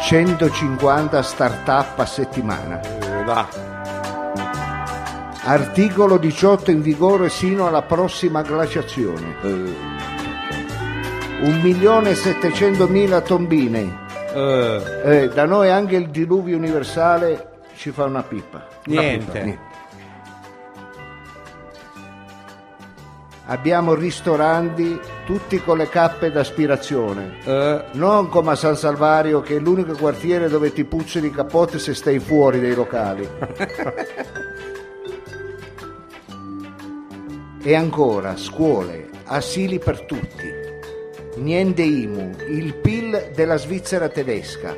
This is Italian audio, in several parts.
150 start-up a settimana. Eh, dai. Articolo 18 in vigore sino alla prossima glaciazione. Eh, 1.700.000 tombine. Eh, Eh, da noi anche il diluvio universale ci fa una pippa. Una Niente. pippa, Abbiamo ristoranti tutti con le cappe d'aspirazione. eh, Non come a San Salvario che è l'unico quartiere dove ti puzzano i cappotti se stai fuori dai locali. e ancora scuole, asili per tutti. Niente IMU, il PIL della Svizzera tedesca.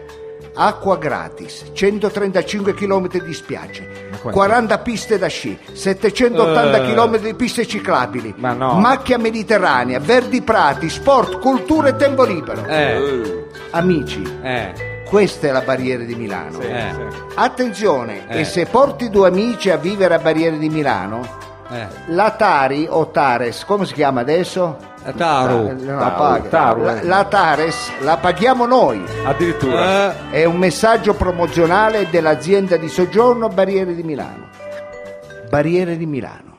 Acqua gratis, 135 km di spiagge, 40 piste da sci, 780 Eh. km di piste ciclabili, Ma no. macchia mediterranea, verdi prati, sport, cultura e tempo libero. eh, Amici, eh, questa è la barriera di Milano. eh, Attenzione, Eh. e se porti due amici a vivere a barriera di Milano, eh. la Tari o Tares, come si chiama adesso? Eh, Taru. no, Taru, paga. Taru, la, eh. la Tares la paghiamo noi. Addirittura. Eh, È un messaggio promozionale dell'azienda di soggiorno Barriere di Milano. Barriere di Milano,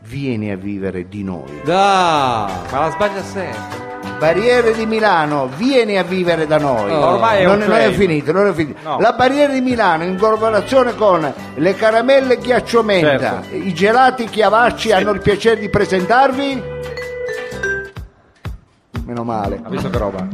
vieni a vivere di noi. da, ma la sbaglia sempre. Barriere di Milano, vieni a vivere da noi. Oh, ormai è non, un non è claim. finito, non è finito. No. La Barriera di Milano in collaborazione con le caramelle ghiacciomenta, Certo. i gelati chiavacci hanno il piacere di presentarvi. Meno male. Ha visto che roba?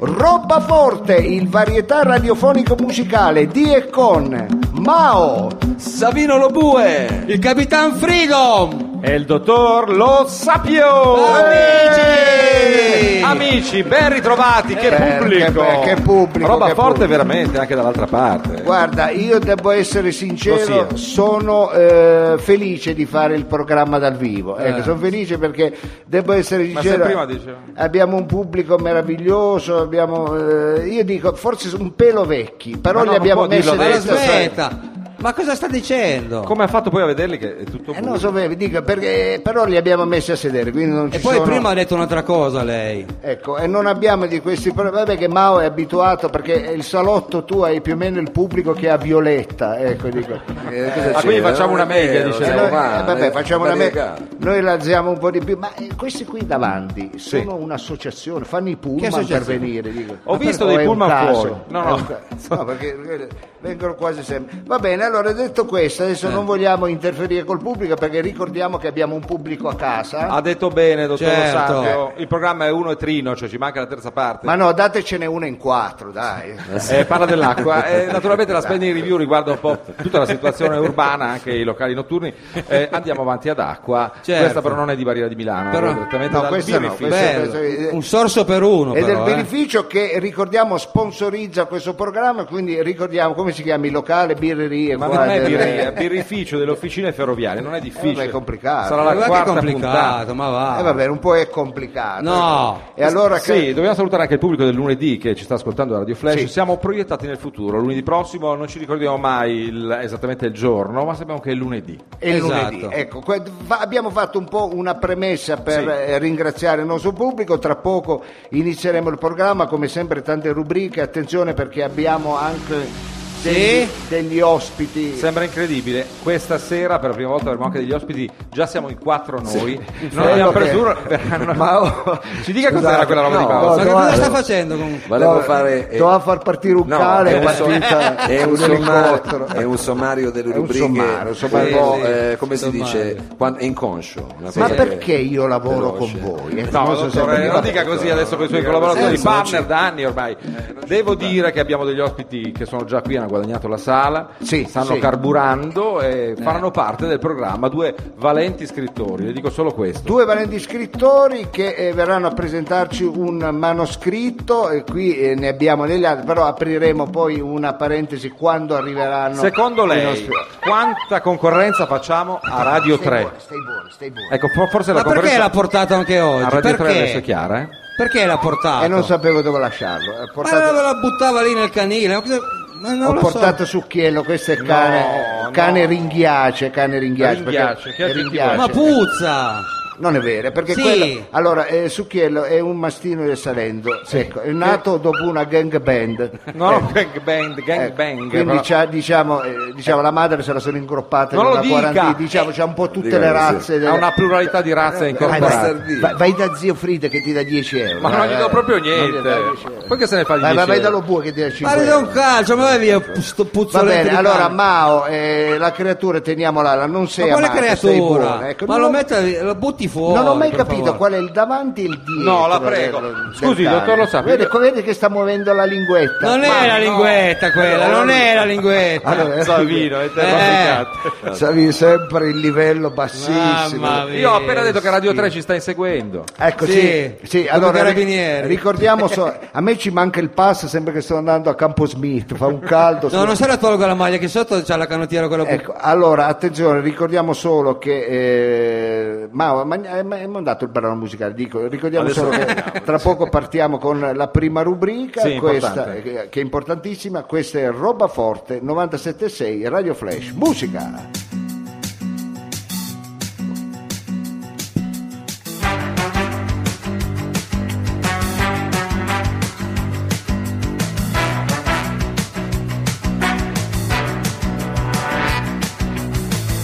Roba forte, il varietà radiofonico musicale di e con Mao. Savino Lobue, il Capitan Freedom. E il dottor Lo Sapio! Amici! Eh! Amici, ben ritrovati, che Eh, pubblico! che- che pubblico, Roba che forte pubblico. veramente anche dall'altra parte. Guarda, io devo essere sincero, Lo sia. sono eh, felice di fare il programma dal vivo. Ecco, Eh. sono felice perché devo essere Ma sincero. se prima dicevo. Abbiamo un pubblico meraviglioso, abbiamo, eh, io dico forse un pelo vecchi, però Ma no, li non abbiamo può dirlo messi Ma la adesso, dentro. smetta. Ma cosa sta dicendo? Come ha fatto poi a vederli che è tutto Eh, buio? non so, bene, dico, perché, però li abbiamo messi a sedere, quindi non ci E poi sono- prima ha detto un'altra cosa lei. Ecco, e non abbiamo di questi problemi. Vabbè che Mao è abituato perché il salotto tu hai più o meno il pubblico che ha Violetta. Ecco, dico. Eh, cosa Ah, c'è? quindi facciamo una media, Eh, dice Eh, siamo noi- lei. umani, eh, vabbè, facciamo una me- variegati. Noi la alziamo un po' di più, ma eh, questi qui davanti sono un'associazione, fanno i pullman per associazione? venire. dico. Ho visto O dei è un pullman caso? fuori. No, no. È un ca- no, perché eh, vengono quasi sempre. Va bene, allora detto questo, Eh. adesso non vogliamo interferire col pubblico perché ricordiamo che abbiamo un pubblico a casa. Ha detto bene, dottor Certo. Lo Sapio. Il programma è uno e trino, cioè ci manca la terza parte. Ma no, datecene una in quattro, dai. Eh, parla dell'acqua, Eh, naturalmente la spending review riguarda un po' tutta la situazione urbana, anche i locali notturni. Eh, andiamo avanti ad acqua, Certo. questa però non è di Barriera di Milano, Però- è direttamente No, dal questa no, birrificio. questa- Bello. Un sorso per uno, Ed è il però. eh. beneficio che ricordiamo sponsorizza questo programma, quindi ricordiamo come si chiama il locale, birrerie. Ma qua non è del- birreria, è birrificio delle officine ferroviarie, non è difficile. Eh, beh, è complicato. Sarà Ma guarda la che quarta puntata. complicato, ma va. Ah. Eh, vabbè, un po' è complicato. ecco. No. E allora che- Sì, dobbiamo salutare anche il pubblico del lunedì che ci sta ascoltando da Radio Flash. Sì. Siamo proiettati nel futuro. Lunedì prossimo non ci ricordiamo mai il- esattamente il giorno, ma sappiamo che è lunedì. è il Esatto. lunedì. Ecco, que- fa- abbiamo fatto un po' una premessa per Sì. eh, ringraziare il nostro pubblico, tra poco inizieremo il programma, come sempre tante rubriche, attenzione perché abbiamo anche degli, degli ospiti. Sembra incredibile, questa sera per la prima volta avremo anche degli ospiti, già siamo in quattro noi, non Eh, abbiamo vabbè. preso uno, verranno- ci dica cos'era Scusate, quella roba di no, Paolo. Ma che Guarda, cosa guarda. sta facendo comunque? Volevo No, fare... eh, doveva far partire un no, cane è è un, so- partita è un un elicottero. sommario, è un sommario delle È un rubriche, sommario, un sommario. un po', Sì, sì, eh, come si sommario. dice, quan- è inconscio. una Ma cosa perché che- io lavoro veloce. con voi? Eh, No, non so dottore, se- non dica così adesso con i suoi collaboratori, partner da anni ormai. Devo dire che abbiamo degli ospiti che sono già qui, hanno guadagnato la sala, Sì, stanno sì. carburando e faranno parte del programma due valenti scrittori, le dico solo questo. Due valenti scrittori che eh, verranno a presentarci un manoscritto e qui eh, ne abbiamo degli altri, però apriremo poi una parentesi quando arriveranno. Secondo i lei nostri- quanta concorrenza facciamo a Radio Stai 3? buono, stai buono, stai buono. Ecco, for- forse la Ma perché concorrenza l'ha portato anche a oggi? Radio 3 adesso è Perché? chiara, eh? Perché l'ha portato? E non sapevo dove lasciarlo. eh, Ma portate- allora la buttava lì nel canile. ma cosa- Ma non ho lo so. portato Succhiello, questo è cane, no. cane ringhiace, cane ringhiace. Ringhiace, perché- che aggettivo è? Ma puzza! Non è vero, perché Sì. quello- Allora, eh, Succhiello è un mastino del Salento, ecco, è nato dopo una gang band. No, Ecco, gang bang, gang ecco, bang. Quindi però- c'ha, diciamo, eh, diciamo, la madre se la sono ingruppata Non in lo una dica. quarantina, diciamo, c'ha un po' tutte Dica le così. razze. delle- ha una pluralità di razze Vai, incorporate. vai, vai- vai da zio Frida che ti dà 10 euro. Ma non gli do eh. proprio Non gli dai 10 niente. euro. Poi che se ne fa di Vai, vai, 10 vai euro? dallo bue che ti dà 5 Pare da un euro. calcio, ma vai via, sto Va puzzolente bene, di allora calcio. Mao, eh, la creatura teniamola là, non sei ma quale amata, sei buona. creatura? ecco, ma non lo, ho- metti, lo butti fuori. Non ho mai per capito favore. qual è il davanti e il dietro. No, la prego. del- del Scusi, cane. dottor Lo Sapio, Vede, io- vedi che sta muovendo la linguetta. Non Ma è la no. linguetta quella, non è la linguetta. Allora, Savino, è terrificante. Savi sempre il livello bassissimo. Mamma mia. Io ho appena detto che Radio 3 ci sta inseguendo. Ecco, sì, Sì, sì, come allora ri- carabinieri. ricordiamo, so- a me ci manca il pass, sembra che sto andando a Campo Smith, fa un caldo. No, non sarà tolgo la maglia, che sotto c'ha la canottiera quella bu- Ecco, allora attenzione, ricordiamo solo che eh, Mao ma, ma- ma- è mandato il brano musicale, dico, ricordiamo Adesso solo lo che vediamo, tra poco partiamo con la prima rubrica, Sì, questa, importante. eh, che è importantissima, questa è Roba Forte 976 Radio Flash, musica.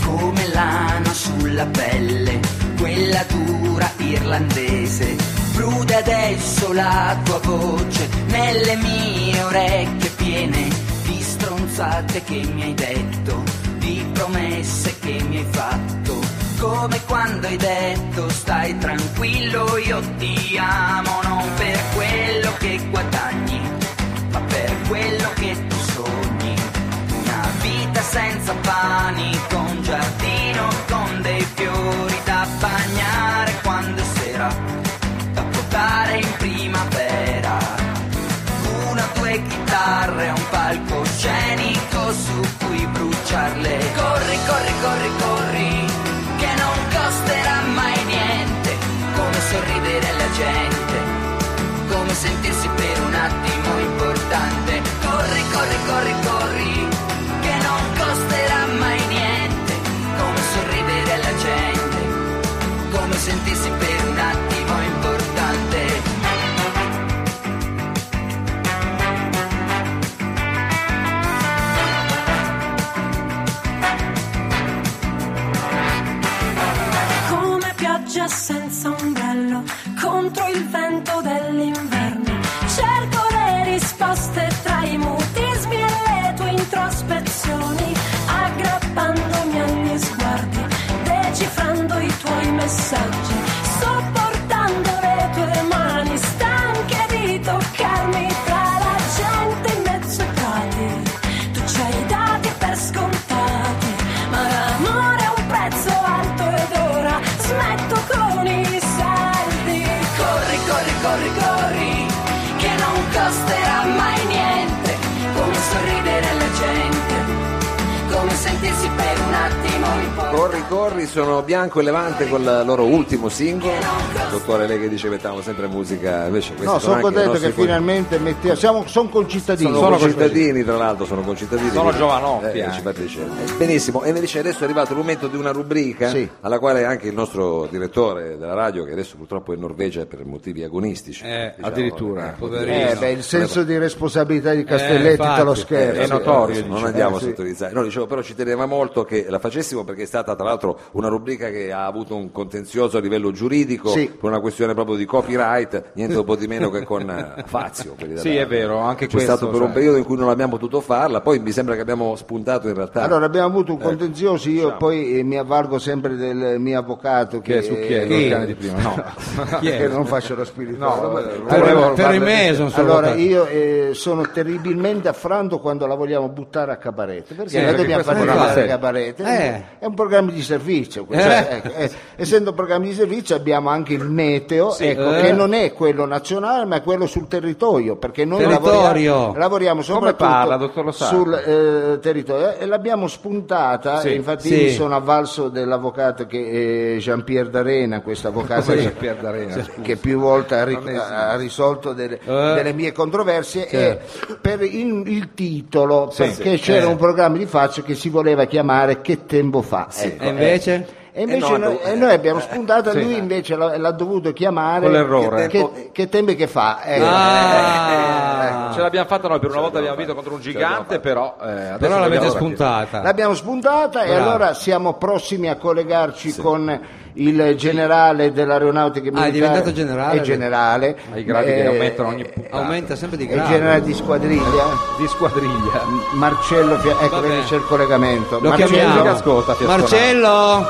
come lana sulla pelle, quella dura irlandese. Bruda adesso la tua voce nelle mie orecchie piene di stronzate che mi hai detto, di promesse che mi hai fatto. Come quando hai detto stai tranquillo, io ti amo non per quello che guadagni, ma per quello che tu sogni. Una vita senza panico, un giardino con dei fiori da bagnare quando è sera, da portare in primavera. Una o due chitarre, un palcoscenico su cui bruciarle. Corri, corri, corri, corri, che non costerà mai niente. Come sorridere alla gente come sentirsi per un attimo importante. Corri, corri, corri, corri, che non costerà mai niente. Come sorridere alla gente, come sentirsi per un attimo importante. come pioggia senza ombrello contro il vento dell'inverno. Cerco le risposte tra i mutismi e le tue introspezioni, aggrappandomi agli sguardi, decifrando i tuoi messaggi, sopportando le tue mani stanche di toccarmi tra la gente in mezzo ai prati. Tu ci hai dati per scontati, ma l'amore ha un prezzo alto ed ora smetto con i saldi. Corri, corri, corri, corri, che non costerà mai niente. Come sorridere alla gente, come sentirsi per un attimo importante. Corri, corri, sono Bianco e Levante col loro ultimo singolo. Il dottore Lei che dice che mettiamo sempre musica, invece questi No, sono anche i contento nostri che finalmente mettiamo, siamo, sono concittadini. Sono, concittadini, tra l'altro, sono concittadini. Sono giovanotti Eh, anche. ci fa piacere. Eh, Benissimo, e invece adesso è arrivato il momento di una rubrica Sì. alla quale anche il nostro direttore della radio, che adesso purtroppo è in Norvegia per motivi agonistici. diciamo, Eh, addirittura. Eh, beh, il senso di responsabilità di Castelletti infatti, te lo Eh, scherzo. Eh, è notorio, adesso non dice. andiamo Eh, a sì. sottolineare. No, dicevo, però ci teneva molto che la facessimo perché è stata tra l'altro una rubrica che ha avuto un contenzioso a livello giuridico Sì. per una questione proprio di copyright, niente un po' di meno che con eh, Fazio. quelli della- Sì, è vero, anche C'è questo, stato per sai. un periodo in cui non abbiamo potuto farla, poi mi sembra che abbiamo spuntato in realtà. Allora abbiamo avuto un Eh, contenzioso, io poi eh, mi avvalgo sempre del mio avvocato Che che, è su diciamo. chi è? eh, Il cane di prima. No. Chi è? che non faccio lo spirituale. No, Ma- eh, per, per il mese non sono allora votato. io eh, sono terribilmente affranto quando la vogliamo buttare a cabaret perché Sì, noi perché dobbiamo questo è fare un buttare a programma cabaret Eh. è un programma di servizio questo. Eh. Ecco, eh, essendo un programma di servizio abbiamo anche il meteo ecco, Eh. che non è quello nazionale ma è quello sul territorio perché noi Territorio. lavoriamo, lavoriamo soprattutto parla, dottor Lo Sapio? sul eh, territorio e l'abbiamo spuntata Sì. e infatti Sì. mi sono avvalso dell'avvocato che è Gian Pier D'Arena questo avvocato Come che- Gian Pier D'Arena, che- scusa. che più volte ha, ric- ha risolto delle, delle mie controversie e per il, il titolo perché c'era eh. un programma di Fazio che si voleva chiamare Che tempo fa Ecco, E invece? eh, E invece no, noi, no, eh, e noi abbiamo spuntato, sì. lui invece l'ha, l'ha dovuto chiamare. Con l'errore. Che, che, che tempi che fa? Eh, cioè, Ah, Eh, Ce l'abbiamo fatta noi, per una volta abbiamo vinto fatta, contro un ce l'abbiamo gigante, però eh, adesso però l'avete vogliamo- eh, spuntata. L'abbiamo spuntata e Ah. Bravo. allora siamo prossimi a collegarci con il generale dell'aeronautica militare. Ah, è diventato generale? È generale. Ai gradi che Eh, aumentano ogni puntata. Aumenta sempre di È il grado. generale di squadriglia. di squadriglia. Marcello, Fia- ecco Vabbè. vedi c'è il collegamento. Lo Marcello, chiamiamo. ascolta, Fiasconaro. Marcello!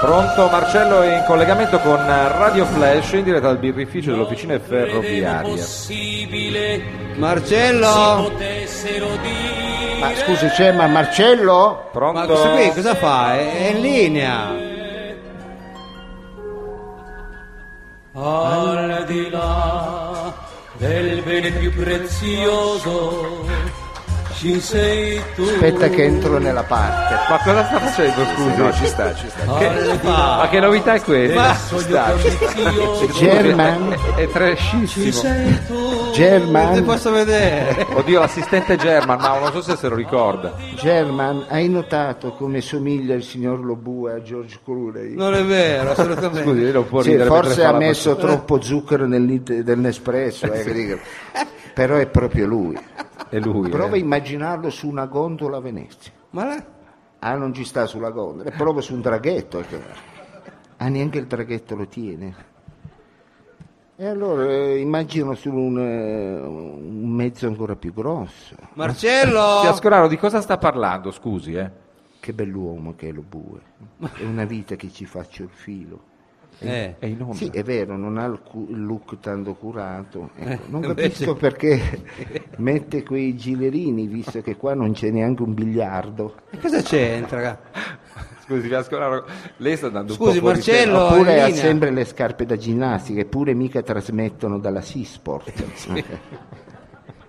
Pronto, Marcello è in collegamento con Radio Flash in diretta dal birrificio dell'officina ferroviaria. Marcello! Ma scusi, c'è ma Marcello? Pronto? Ma questo qui cosa fa? È è in linea. al di là del bene più prezioso ci sei tu Aspetta che entro nella parte. Ma cosa sta facendo, scusi? No, ci sta, ci sta. al di là Ma che novità è questa? del sogno ambizioso German, È, è ci trashissimo. sei tu Non ti German, posso vedere. Oddio, l'assistente German, ma non so se se lo ricorda. German, hai notato come somiglia il signor Lobue a George Clooney? Non è vero, assolutamente. Scusi, lei non può Sì, ridere forse mentre fa ha la- messo troppo zucchero nel, del Nespresso, eh, che dico. però è proprio lui. È lui. Prova a eh. immaginarlo su una gondola a Venezia. Ma la- Ah, non ci sta sulla gondola, prova su un traghetto. eh, che- Ah, neanche il traghetto lo tiene. E allora eh, immagino su un, eh, un mezzo ancora più grosso. Marcello! Fiascolaro, di cosa sta parlando, scusi, eh? Che bell'uomo che è lo bue. È una vita che ci faccio il filo. Eh, È in onda. Sì, è vero, non ha il, cu- il look tanto curato. Ecco, non invece- capisco perché mette quei gilerini, visto che qua non c'è neanche un biliardo. e cosa c'entra? Scusi, Fiascolaro, lei sta andando Scusi, un po' fuori Marcello, No, tema. in Oppure ha linea. sempre le scarpe da ginnastica, eppure mica trasmettono dalla Seasport.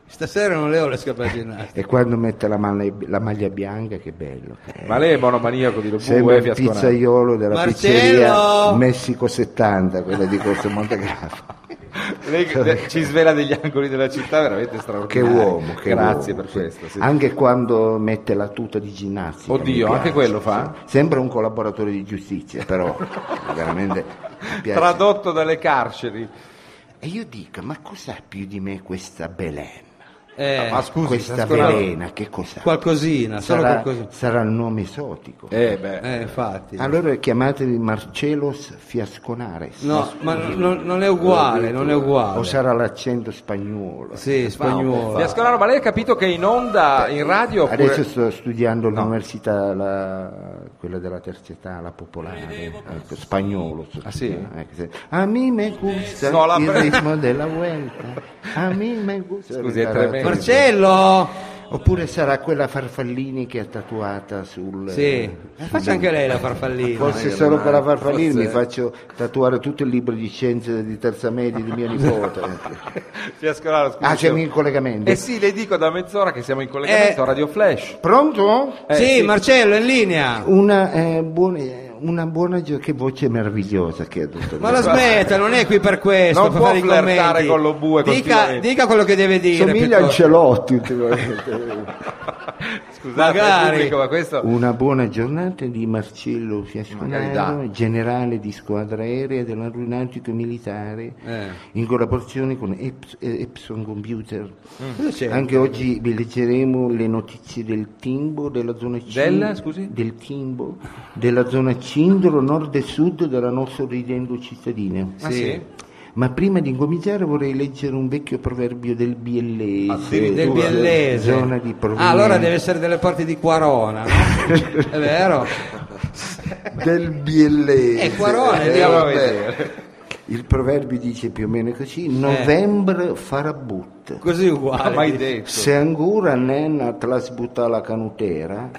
Stasera non le ho le scarpe da ginnastica. e quando mette la, male- la maglia bianca, che bello. Ma lei è monomaniaco di eh, Sembra Lobue, il Fiascolaro. pizzaiolo della pizzeria Marcello! Messico 70, quella di Corso Montegrafo. Lei che- ci svela degli angoli della città veramente Cioè, Che straordinari. uomo, che Grazie uomo, per sì. questo. sì. Anche quando mette la tuta di ginnastica. Oddio, mi piace, anche quello fa? sì. Sembra un collaboratore di giustizia, però veramente mi piace. Tradotto dalle carceri. E io dico, ma cos'ha più di me questa Belen? Eh, Ma scusi, questa Fiascolaro- velena, che cos'ha? qualcosina, solo sarà, qualcosina. sarà il nome esotico. Eh beh. Eh, infatti. Allora chiamatevi Marcelos Fiasconares. No, ma non, non è uguale, non è uguale. O sarà l'accento spagnolo. Sì, spagnolo. Fiascolaro, ma lei ha capito che è in onda, in radio, oppure... Adesso sto studiando all'università, la- quella della terza età, la popolare, ecco, spagnolo. sto Ah, sì? studiando, eh, che se- A me me gusta No, la il pre- ritmo della vuelta. A me me gusta. Scusi, è Sarà- tremendo. Eh. Marcello! Oppure sarà quella farfallini che è tatuata sul. Sì, Eh, faccia anche lei la farfallina. Eh. Forse Dai, solo ormai, per la farfallini forse- mi faccio tatuare tutto il libro di scienze di terza media di mia nipote. Fiascolaro, scusi. ah, siamo in Ah, collegamento. Eh sì, le dico da mezz'ora che siamo in collegamento Eh. a Radio Flash. Pronto? Eh, sì, sì. Marcello, è in linea. Una, eh, buona, una buona gio- che voce meravigliosa che ha detto. Ma la smetta, non è qui per questo. Non per può fare i flirtare commenti. con lo bue dica, continuamente. dica quello che deve dire. Somiglia a piuttosto. Celotti ultimamente. Scusate, Magari. pubblico, ma questo... Una buona giornata di Marcello Magari Fiasconaro, generale di squadra aerea dell'aeronautico militare, Eh. in collaborazione con Eps- eh, Epson Computer. Cosa c'è? Anche oggi vi leggeremo le notizie del Timbo, della zona Cindro, Del, scusi? del Timbo, della zona Cindro, nord e sud della nostra ridendo cittadina. Ah, sì? Ma prima di incominciare vorrei leggere un vecchio proverbio del Biellese. Ah, Del Biellese. Zona di provenienza. Ah, allora deve essere delle parti di Quarona. no? è vero? Del Biellese. Eh, Quarone, Eh, andiamo a vabbè. vedere. Il proverbio dice più o meno Eh. così, novembre farà but. Così uguale. Ah, mai detto. Se ancora nena trasbutta la canutera,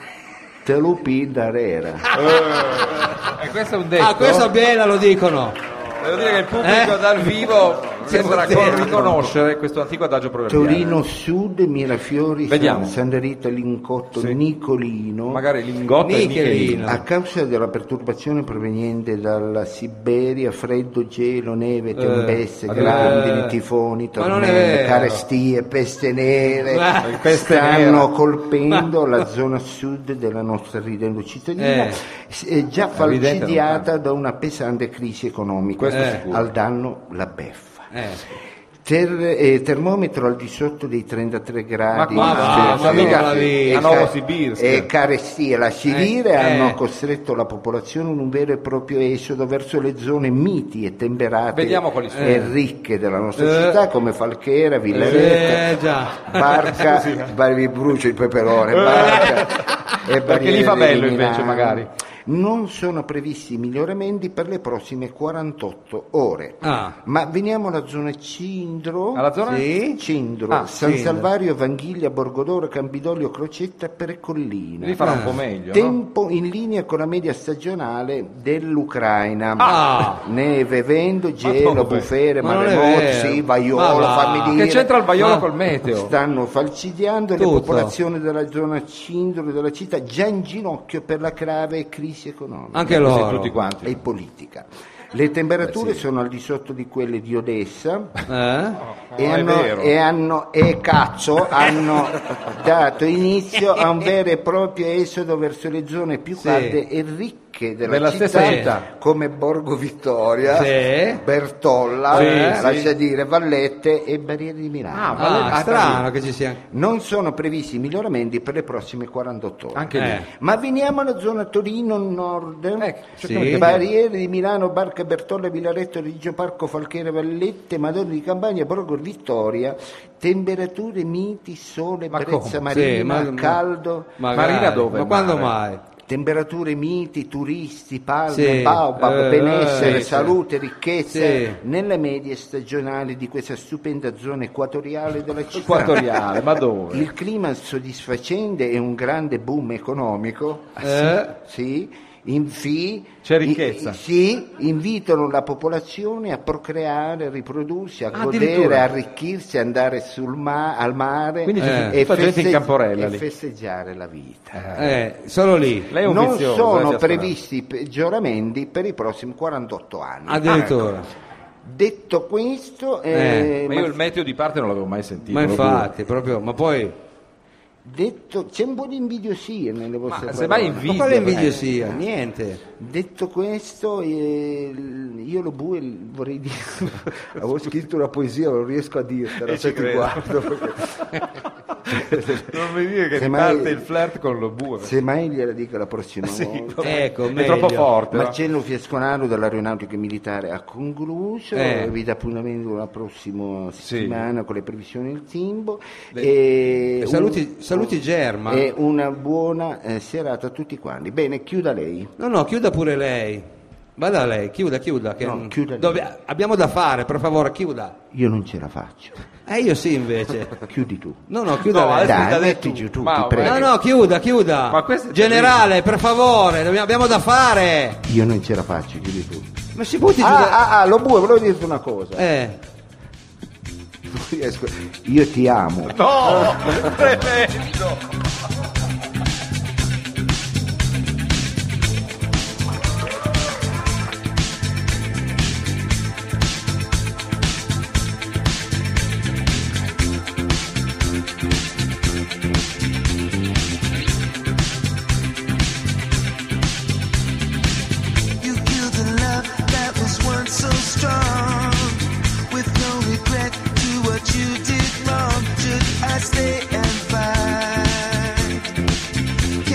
te lo pi darera. E questo è un detto. Ah, questo a Ah, Biella lo dicono. Devo dire che il pubblico dal vivo sembra con- riconoscere questo antico adagio proverbiale. Torino Sud, Mirafiori, Vediamo. San, San Rita, Lincotto, Nicolino. Magari Lingotto e Michelino. A causa della perturbazione proveniente dalla Siberia, freddo, gelo, Eh, neve, tempeste, addirittura. grandini, tifoni, Ma non è tormenti, vero. carestie, peste nere, Ah, Eh, peste stanno nera. colpendo la zona sud della nostra ridendo cittadina, Eh. s- eh, già Evidente, non falcidiata da una pesante crisi economica, Questo sicuro. al danno la beffa. Eh, Ter- eh, termometro al di sotto dei 33 gradi Esatto. Ma va, Sì, ma sì. mica Ca- lì, e a ca- Novosibirsk. e carestie la Sibire Eh, hanno eh. costretto la popolazione in un vero e proprio esodo verso le zone miti e temperate Vediamo quali sono. e ricche della nostra Eh. città come Falchera, Villaretta eh, già. Barca, Bar- vi brucio il peperone, Barca e Eh. Perché Barriere lì fa di bello Milano. invece, magari. Non sono previsti miglioramenti per le prossime 48 ore. Ah. Ma veniamo alla zona Cindro. Alla zona? Sì. Cindro, Ah, San Cindro. Salvario, Vanghiglia, Borgodoro, Campidoglio, Crocetta, Percollina. Lì farà un po' meglio. no? Tempo in linea con la media stagionale dell'Ucraina. Ah. Neve, vento, Ma gelo, dove? bufere, Ma non è maremoto, vero. sì, Ma vaiolo, va. fammi dire. Che c'entra il baiolo Ma- col meteo? Stanno falcidiando Tutto. le popolazioni della zona cindro della città già in ginocchio per la grave crisi economica Anche Così loro. tutti quanti. e politica. Le temperature sono al di sotto di quelle di Odessa Eh? e, è hanno, vero. e hanno- e cazzo hanno dato inizio a un vero e proprio esodo verso le zone più Sì. calde e ricche della, Della città, stessa città. come Borgo Vittoria, Sì. Bertolla, Sì, lascia dire Vallette e Barriere di Milano. Ah, ma Ah, le- strano che ci sia. Non sono previsti miglioramenti per le prossime 48 ore. Anche Eh. lì. Ma veniamo alla zona Torino Nord. Cioè, Ecco, cerchiamo di capire. Barriere di Milano, Barca Bertolla, Villaretto, Reggio Parco, Falchera, Vallette, Madonna di Campania, Borgo Vittoria. Temperature miti, sole, Ma brezza come? marina, Sì, ma- caldo. Magari. Marina dove? Ma quando Mare? mai? Temperature miti, turisti, palme, Sì, baobab, eh, benessere, eh, sì. salute, ricchezza Sì. nelle medie stagionali di questa stupenda zona equatoriale della città. Equatoriale, ma dove? Il clima soddisfacente e un grande boom economico, Eh? sì, infi- Ah, C'è ricchezza. i- sì, invitano la popolazione a procreare, a riprodursi, a Ah, godere, addirittura. a arricchirsi, andare sul ma- al mare Quindi c'è eh, tutta gente in camporella e lì. festeggiare la vita. Eh, solo lì. Lei è un non vizioso, eh, si sono astronauta. previsti peggioramenti per i prossimi 48 anni. Ah, Ecco. Addirittura. ecco. Detto questo, Eh, eh, Ma io il meteo di parte non l'avevo mai sentito. Ma lo giuro. infatti, proprio, ma poi detto, c'è un po' di invidiosia nelle vostre Ma parole. semmai ma invidia. quale invidia eh. sia? Niente. Detto questo, eh, l- io lo bue l- vorrei dire, avevo scritto una poesia, non riesco a dirtela, E se ci ti credo. guardo. perché- Non mi dire che Se ti mai- parte il flirt con lo bue. Semmai gliela dica la prossima volta. Ecco, è troppo meglio. forte. no? Marcello Fiasconaro dell'Aeronautica Militare ha concluso, Eh. vi dà appuntamento la prossima settimana con le previsioni del timbo. e Saluti, saluti Germa. e una buona eh, serata a tutti quanti. Bene, chiuda lei. No, no, chiuda pure lei. Vada lei, chiuda, chiuda. Che No, non- chiuda lei. dove- Abbiamo da fare, per favore, chiuda. Io non ce la faccio. Eh, io sì invece. Chiudi tu. No, no, chiuda No, lei. adesso mi Dai, dà del metti tu. giù tu, Ma- ti prego. No, no, chiuda, chiuda. Ma questo è Generale, per favore, dobbiamo- abbiamo da fare. Io non ce la faccio, chiudi tu. Ma si butti giù Ah, da... ah, ah, lo bue, volevo dirti una cosa. Eh. Riesco- Io ti amo. No! Tremendo! You killed the love that was once so strong. With no regret to what you did wrong. Should I stay and fight?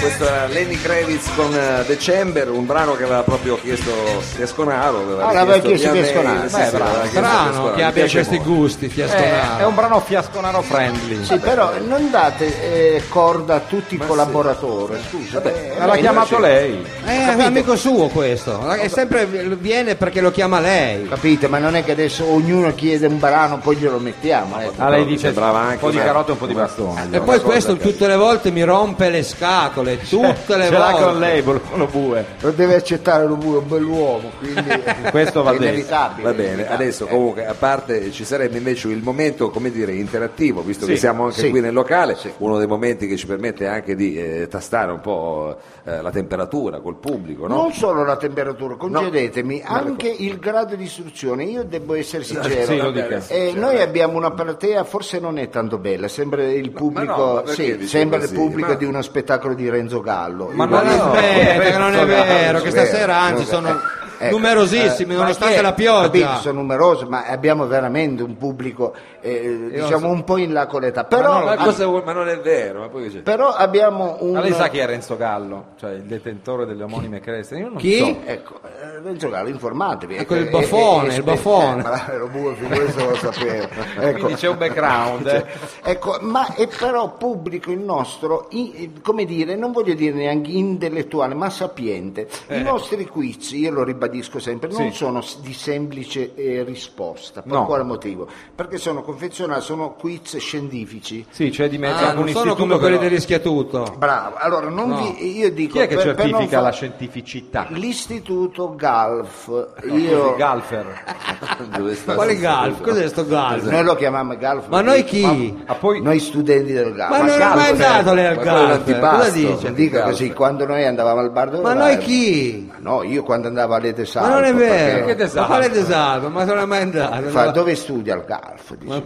questo era Lenny Kravitz con eh, December, un brano che aveva proprio chiesto Fiasconaro. aveva Ah, l'aveva richiesto chiesto via Fiasconaro. mail, sì, Beh, sì, bravo. l'aveva chiesto Strano Fiasconaro, che mi abbia piace questi molto. gusti, È, fiasconaro. è un brano fiasconaro friendly. Sì, però non date eh, corda a tutti i collaboratori, scusa. eh, L'ha chiamato lei. Eh, è un amico suo questo, è sempre viene perché lo chiama lei. Capite, ma non è che adesso ognuno chiede un brano, poi glielo mettiamo. eh. Ah, lei dice sembrava un anche po' di una- carote e un po' di bastone. E poi questo tutte le volte mi rompe le scatole, tutte le Ce l'ha volte. con label, con lo bue. Lo deve accettare lui, è un bell'uomo, quindi Questo va è detto. inevitabile. Va è bene, inevitabile. adesso comunque a parte ci sarebbe invece il momento, come dire, interattivo, visto che Sì, siamo anche sì. qui nel locale, uno dei momenti che ci permette anche di eh, tastare un po' eh, la temperatura col pubblico, no? Non solo la temperatura, concedetemi, anche il grado di istruzione. Io devo essere sincero. Sì, lo dica. eh, noi abbiamo una platea, forse non è tanto bella, sembra il pubblico, ma perché sì, dici sembra il così? pubblico Ma- di uno spettacolo di Renzo Gallo. Ma Il- non No, aspetta, che no, non no, è vero, no, che no, stasera no, anzi no, sono Ecco, numerosissimi eh, nonostante perché, la capito, pioggia. sono numerosi, ma abbiamo veramente un pubblico, eh, diciamo, un po' in là con l'età. Però, Ma, no, ma cosa vuol- ma non è vero, ma poi dice- però abbiamo un... Ma lei sa chi è Renzo Gallo, cioè il detentore delle omonime creste? Io non Chi? so. Ecco, eh, Renzo Gallo, informatevi. Ecco, il baffone, il baffone. Eh, ma ero buio, questo lo sapevo. Ecco. Quindi c'è un background. eh. Cioè, Ecco, ma è però pubblico il nostro, i- come dire, non voglio dire neanche intellettuale, ma sapiente. I nostri quiz, io lo ribadisco sempre, non Eh. Sì. sono s- di semplice eh, risposta. Per No. quale motivo? Perché sono confezionati, sono quiz scientifici. Sì, c'è di mezzo Ah, anche un non sono istituto come quelli però. dell'Ischiatutto. Bravo, allora non No. vi, io dico... Chi è che per- per non certifica fa- la scientificità? L'istituto Galf, Così, io... Galfer. dove sta- Quale Galf? Cos'è sto Galf? Noi lo chiamiamo Galf. Ma noi chi? Ah, poi Noi studenti del Galf. Ma non è mai Galf, andato lei al ma quello è Galf. un Cosa antipasto. Non dice? dico così, quando noi andavamo al bar dove Ma noi chi? No, io quando andavo alle Ma Tesalvo. non è vero. Che desalto? Ma quale desalto? Ma sono mai andato. Fa, no? dove studia il Galf? dice.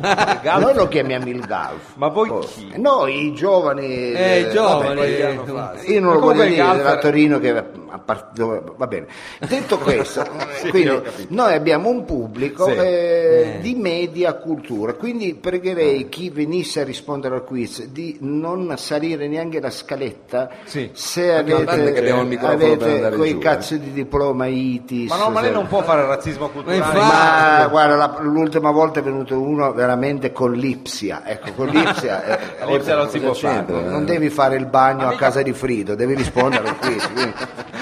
Noi lo chiamiamo il Galf. Ma voi Poi- chi? Noi, i giovani. Eh, vabbè, i giovani. io non Ma lo comunque voglio il dire Galf era a era- Torino che a par- dove- va bene detto questo eh, quindi noi abbiamo un pubblico Sì. eh, di media cultura quindi pregherei chi venisse a rispondere al quiz di non salire neanche la scaletta Sì. se guardate che avete, abbiamo il microfono per avete andare quei giù, eh. cazzo di diploma ITIS Ma, no, ma lei se- non può fare razzismo culturale. Ma infatti- ma guarda, la- l'ultima volta è venuto uno veramente con l'ipsia, ecco, con l'ipsia, eh, La lipsia non si può fare. eh, non devi fare il bagno a casa di Frido, devi rispondere a questo. quindi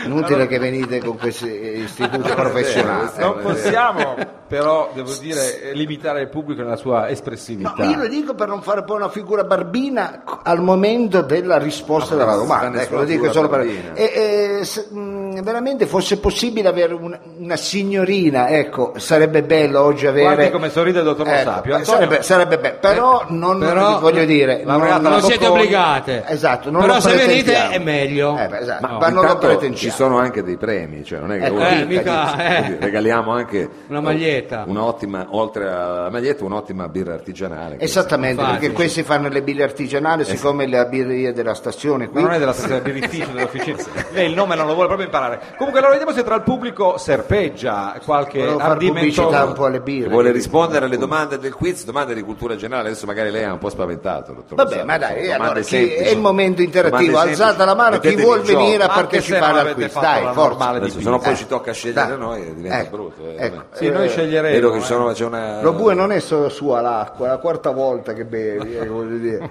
Inutile che venite con questi eh, istituti professionali. Non possiamo però, devo dire, eh, limitare il pubblico nella sua espressività. No, io lo dico per non fare poi una figura barbina c- al momento della risposta della domanda. ecco, lo dico solo per... E, e, se, mh, veramente fosse possibile avere un- una signorina, ecco, sarebbe bello oggi avere. Guardi come sorride il dottor Lo Ecco, Sapio. Antonio- sarebbe, sarebbe bello, Eh, però non però- voglio dire. Laureata Non la siete Bocconi. obbligate. Esatto, non Però lo se venite pretendiamo. è meglio. Eh, beh, esatto, Ma ma non lo intanto pretentiamo. ci sono anche dei premi, cioè non è che Ecco, uno- eh, mica, eh. regaliamo anche Una maglietta. un'ottima, oltre alla maglietta, un'ottima birra artigianale. che- Esattamente, Infatti, perché sì. questi fanno le birre artigianali, Esatto. siccome la birreria della stazione Ma qui non è della stessa birrificio dell'officina. Lei il nome non lo vuole proprio imparare. Comunque allora vediamo se tra il pubblico serpeggia qualche volevo fare pubblicità un po' ardimento. alle birre. Vuole rispondere alle domande del quiz, domande di cultura generale, adesso magari lei è un po' spaventato, dottor Vabbè, Rosato, ma dai, insomma, allora, domande chi- semplici. è il momento interattivo. Domande Alzate la semplici. mano chi Mettetevi vuol in gioco. venire a Anche se non partecipare al avete quiz. fatto la Dai, normale forza. Adesso, se no poi ci tocca scegliere a noi e diventa Ecco, brutto. eh, ecco. vabbè. Sì, noi sceglieremo. Vedo che ci eh. sono, c'è una... Lo bue non è solo sua l'acqua, è la quarta volta che bevi, eh, voglio dire.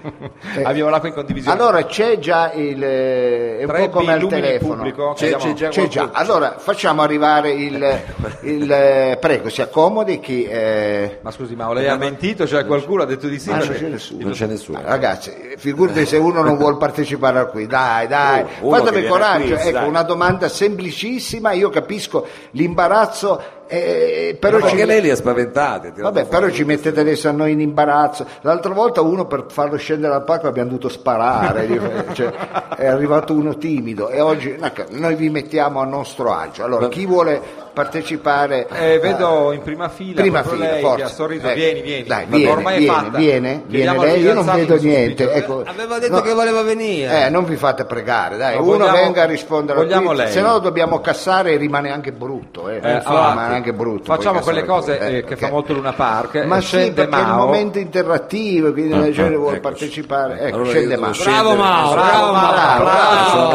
Eh, Abbiamo l'acqua in condivisione. Allora c'è già il eh, è un Tre po' come al billumi di telefono. pubblico. C'è- c'è già C'è già. qualcuno. Allora facciamo arrivare il, il, eh, prego, si accomodi chi eh, Ma scusi, ma lei ha mentito? Cioè qualcuno ha detto di sì? ma Perché- nessuno. Non Ah, c'è nessuno. Ah, Eh, Ragazzi, figurati se uno non vuole partecipare a qui, dai, dai, Oh, Uno che fatemi viene coraggio. al quiz, ecco, dai. una domanda semplicissima, io capisco l'imbarazzo, eh, però Perché ci... lei li ha spaventati. ha tirato Vabbè, fuori. però ci mettete adesso a noi in imbarazzo. L'altra volta uno per farlo scendere al palco abbiamo dovuto sparare, dico, cioè, è arrivato uno timido e oggi ecco, noi vi mettiamo a nostro agio. Allora, chi vuole partecipare? Eh, vedo in prima fila, Prima proprio fila, lei forza. che ha sorriso, Ecco, vieni, vieni, Dai, Ma viene, ormai viene, è fatta. viene, Chiediamo Eh, viene al lei, io non fidanzato vedo di sospingere. niente. Ecco, Aveva detto no, che voleva venire. eh, non vi fate pregare, dai, No, uno vogliamo- venga a rispondere al vogliamo quiz, lei. se no dobbiamo cassare e rimane anche brutto. Eh. Eh, Insomma, allora, anche brutto. poi Facciamo quelle cassare cose pure, eh, eh, che perché- fa molto Luna Park. eh, Ma sì, scende perché è un Mao. momento interattivo, quindi la gente vuole partecipare. Ecco, Allora io scende devo Mao. scendere. Bravo Mao, bravo Mao, bravo. bravo, Sono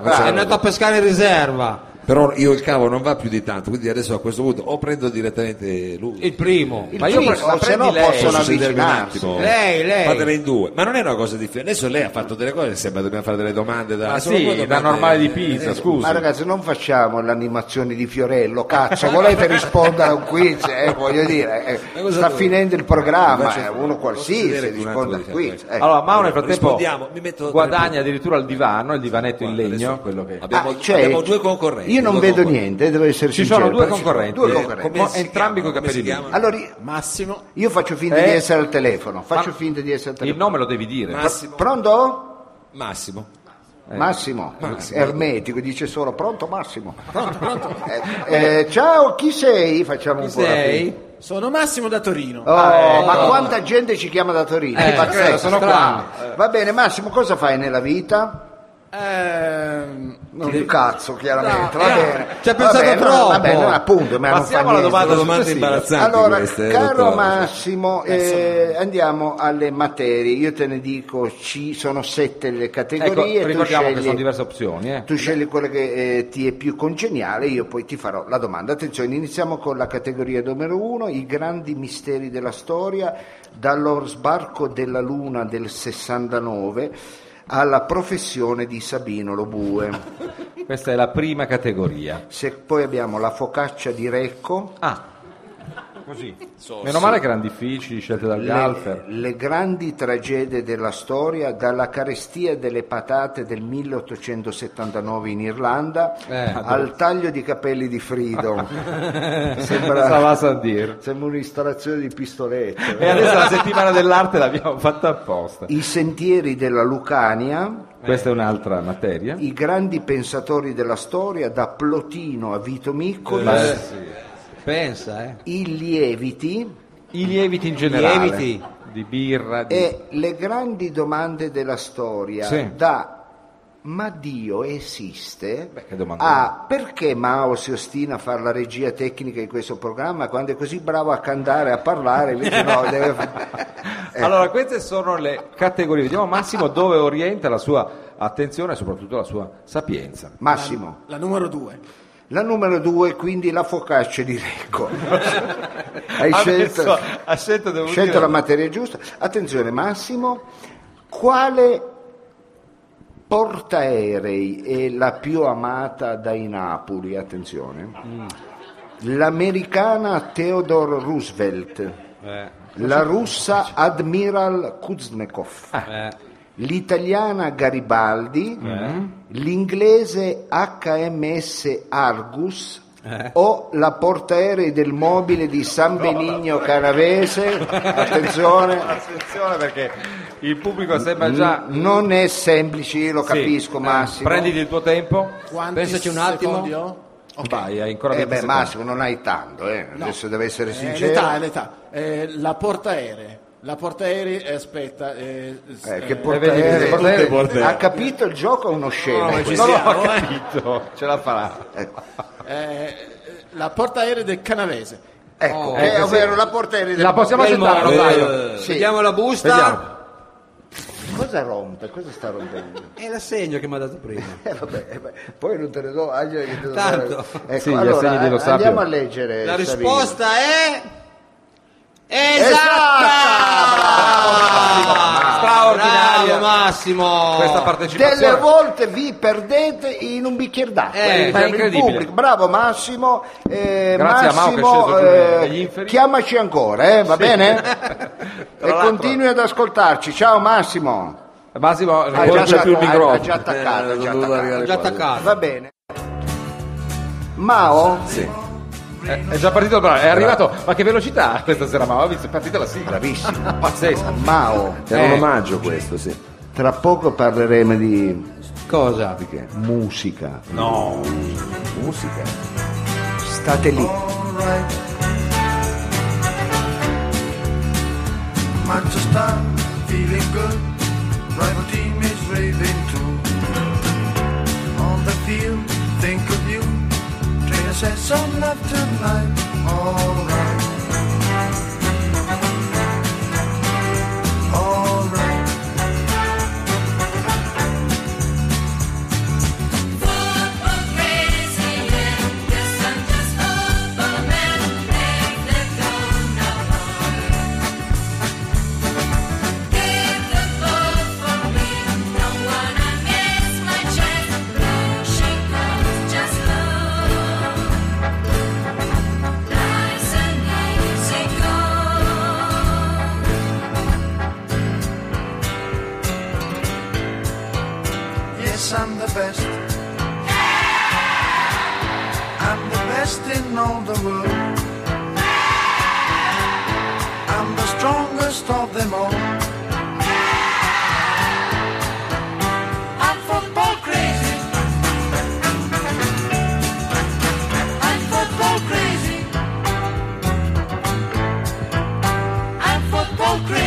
bravo. È andato a pescare in riserva. Però io il cavo non va più di tanto, quindi adesso a questo punto o prendo direttamente lui. Il primo. Il Ma io primo, pre- ma se prendi no lei, possono posso sedermi un avvicinarsi. Eh, attimo? Lei, lei. Fatele in due. Ma non è una cosa difficile. Adesso lei ha fatto delle cose, sembra dobbiamo fare delle domande da... Ma sono Ah, sì, due da domande- normale di eh, pizza, scusa. Ma ragazzi, non facciamo l'animazione di Fiorello, cazzo, volete rispondere a un quiz? Eh, voglio dire, eh, Ma cosa sta devo- finendo il Ma programma, faccio- eh, uno posso qualsiasi vedere un risponde al attimo di quiz. fianco? eh. Allora, Mao nel Rispondiamo, frattempo mi metto tre guadagna addirittura il divano, il divanetto in Guarda, legno, adesso quello che... Abbiamo, Ah, cioè, abbiamo due concorrenti. Io non due vedo concorrenti. niente, devo essere Ci sincero. sono due però ci concorrenti, due eh, concorrenti. come- entrambi coi capelli lunghi. lunghi. Allora, io- Massimo, io faccio finta Eh? di essere al telefono, faccio Ma- finta di essere al Il telefono. nome lo devi dire. Massimo. Pronto? Massimo. Massimo, ermetico, dice solo pronto Massimo. Eh, eh, ciao, chi sei? Facciamo un po' la finta. Sei? sono Massimo da Torino. Oh, ma quanta gente ci chiama da Torino? Eh, Pazzesco. credo, sono qua. Va bene, Massimo, cosa fai nella vita? Ehm, Non un cazzo, chiaramente. No, va eh, bene. ci ha Va pensato bene, troppo. Va bene, no, appunto, ma non Passiamo fa alla niente. domanda Domande successiva. imbarazzanti Allora, queste, eh, caro dottore. Massimo, cioè. eh, andiamo alle materie. Io te ne dico, ci sono sette le Ecco, categorie. tu, ricordiamo scegli, che sono diverse opzioni. eh. tu scegli quella che eh, ti è più congeniale, io poi ti farò la domanda. Attenzione, iniziamo con la categoria numero uno, i grandi misteri della storia, dallo sbarco della Luna del 69 alla professione di Sabino Lobue. Questa è la prima categoria. Se poi abbiamo la focaccia di Recco, Ah, così. Meno male che erano difficili, scelte dal le, Galfer. le grandi tragedie della storia, dalla carestia delle patate del 1879 in Irlanda al taglio di capelli di Frido. Stava sembra, a San Dir. sembra un'installazione di pistoletto. E adesso la settimana dell'arte l'abbiamo fatta apposta. I sentieri della Lucania, Questa è un'altra materia. i grandi pensatori della storia, da Plotino a Vito Miccoli, Eh, Pensa, eh. i lieviti I lieviti in generale. Lieviti. Di birra, di... e le grandi domande della storia Sì. da ma Dio esiste Beh, che domanda. a perché Mao si ostina a fare la regia tecnica di questo programma quando è così bravo a cantare a parlare invece no deve fa- Eh, Allora, queste sono le categorie. Vediamo Massimo dove orienta la sua attenzione e soprattutto la sua sapienza. Massimo la numero due. la numero due quindi la focaccia di Recco hai Ha Ah, scelto messo- ha scelto, devo scelto dire- la materia giusta attenzione Massimo quale portaerei è la più amata dai Napoli attenzione Mm. l'americana Theodore Roosevelt Eh. la russa Admiral Ah, Kuznetsov Eh. l'italiana Garibaldi, Eh? l'inglese HMS Argus Eh? o la portaerei del mobile di San Benigno Canavese, attenzione, Attenzione perché il pubblico sembra già... n- non è semplice, io lo Sì. capisco Massimo. Prenditi il tuo tempo. Quanti Pensaci un attimo. secondi ho? Ok. Vai, hai ancora Eh 20 beh secondi. Massimo non hai tanto, eh, adesso devo essere Eh, sincero. l'età, l'età. Eh, la portaerei. La portaerei, eh, aspetta. eh, s- Eh, eh, che vedi, vedi, portaerei, portaerei- ha capito il gioco è uno scemo. ma questo. ci Non l'ho siamo, eh. capito, ce la farà. eh, la portaerei del Canavese. Ecco, eh, ovvero la portaerei del Oh. La possiamo mobile. accettare, Eh, Rosario? sì. Vediamo la busta. Vediamo. Cosa rompe? Cosa sta rompendo? È l'assegno che mi ha dato prima. Eh, vabbè, eh, beh, poi non te ne do Angela, che te lo Tanto. dare. Ecco, Sì, gli allora, assegni dello eh, Sapio. andiamo a leggere La Savino. risposta è... Esatta! Esatta! Straordinaria. Bravo, Massimo! Questa delle partecipazione... volte vi perdete in un bicchier d'acqua Eh, diciamo, è il incredibile. pubblico. bravo Massimo eh, Grazie a Mao che è Massimo sceso giù eh, dagli inferi. chiamaci ancora eh, va bene e l'altro- continui ad ascoltarci ciao Massimo Massimo, Ah, rivolge- già più il attaccato, microfono. ha già attaccato, Eh, ha già dovuto attaccato. arrivare Già qua. attaccato. va bene Mao Sì. Eh, è già partito il brano, è arrivato. Ma che velocità ha questa sera, ma ho visto, è partita la sigla. bravissimo Pazzesco. Mao Era un Eh. omaggio questo, sì. tra poco parleremo di Cosa? musica No. Musica. state lì alright. Manchester feeling good, rival team is raving too. On the field, think of you, players said some love tonight, alright. Alright. Yes, I'm the best. I'm the best in all the world. I'm the strongest of them all. I'm football crazy. I'm football crazy. I'm football crazy.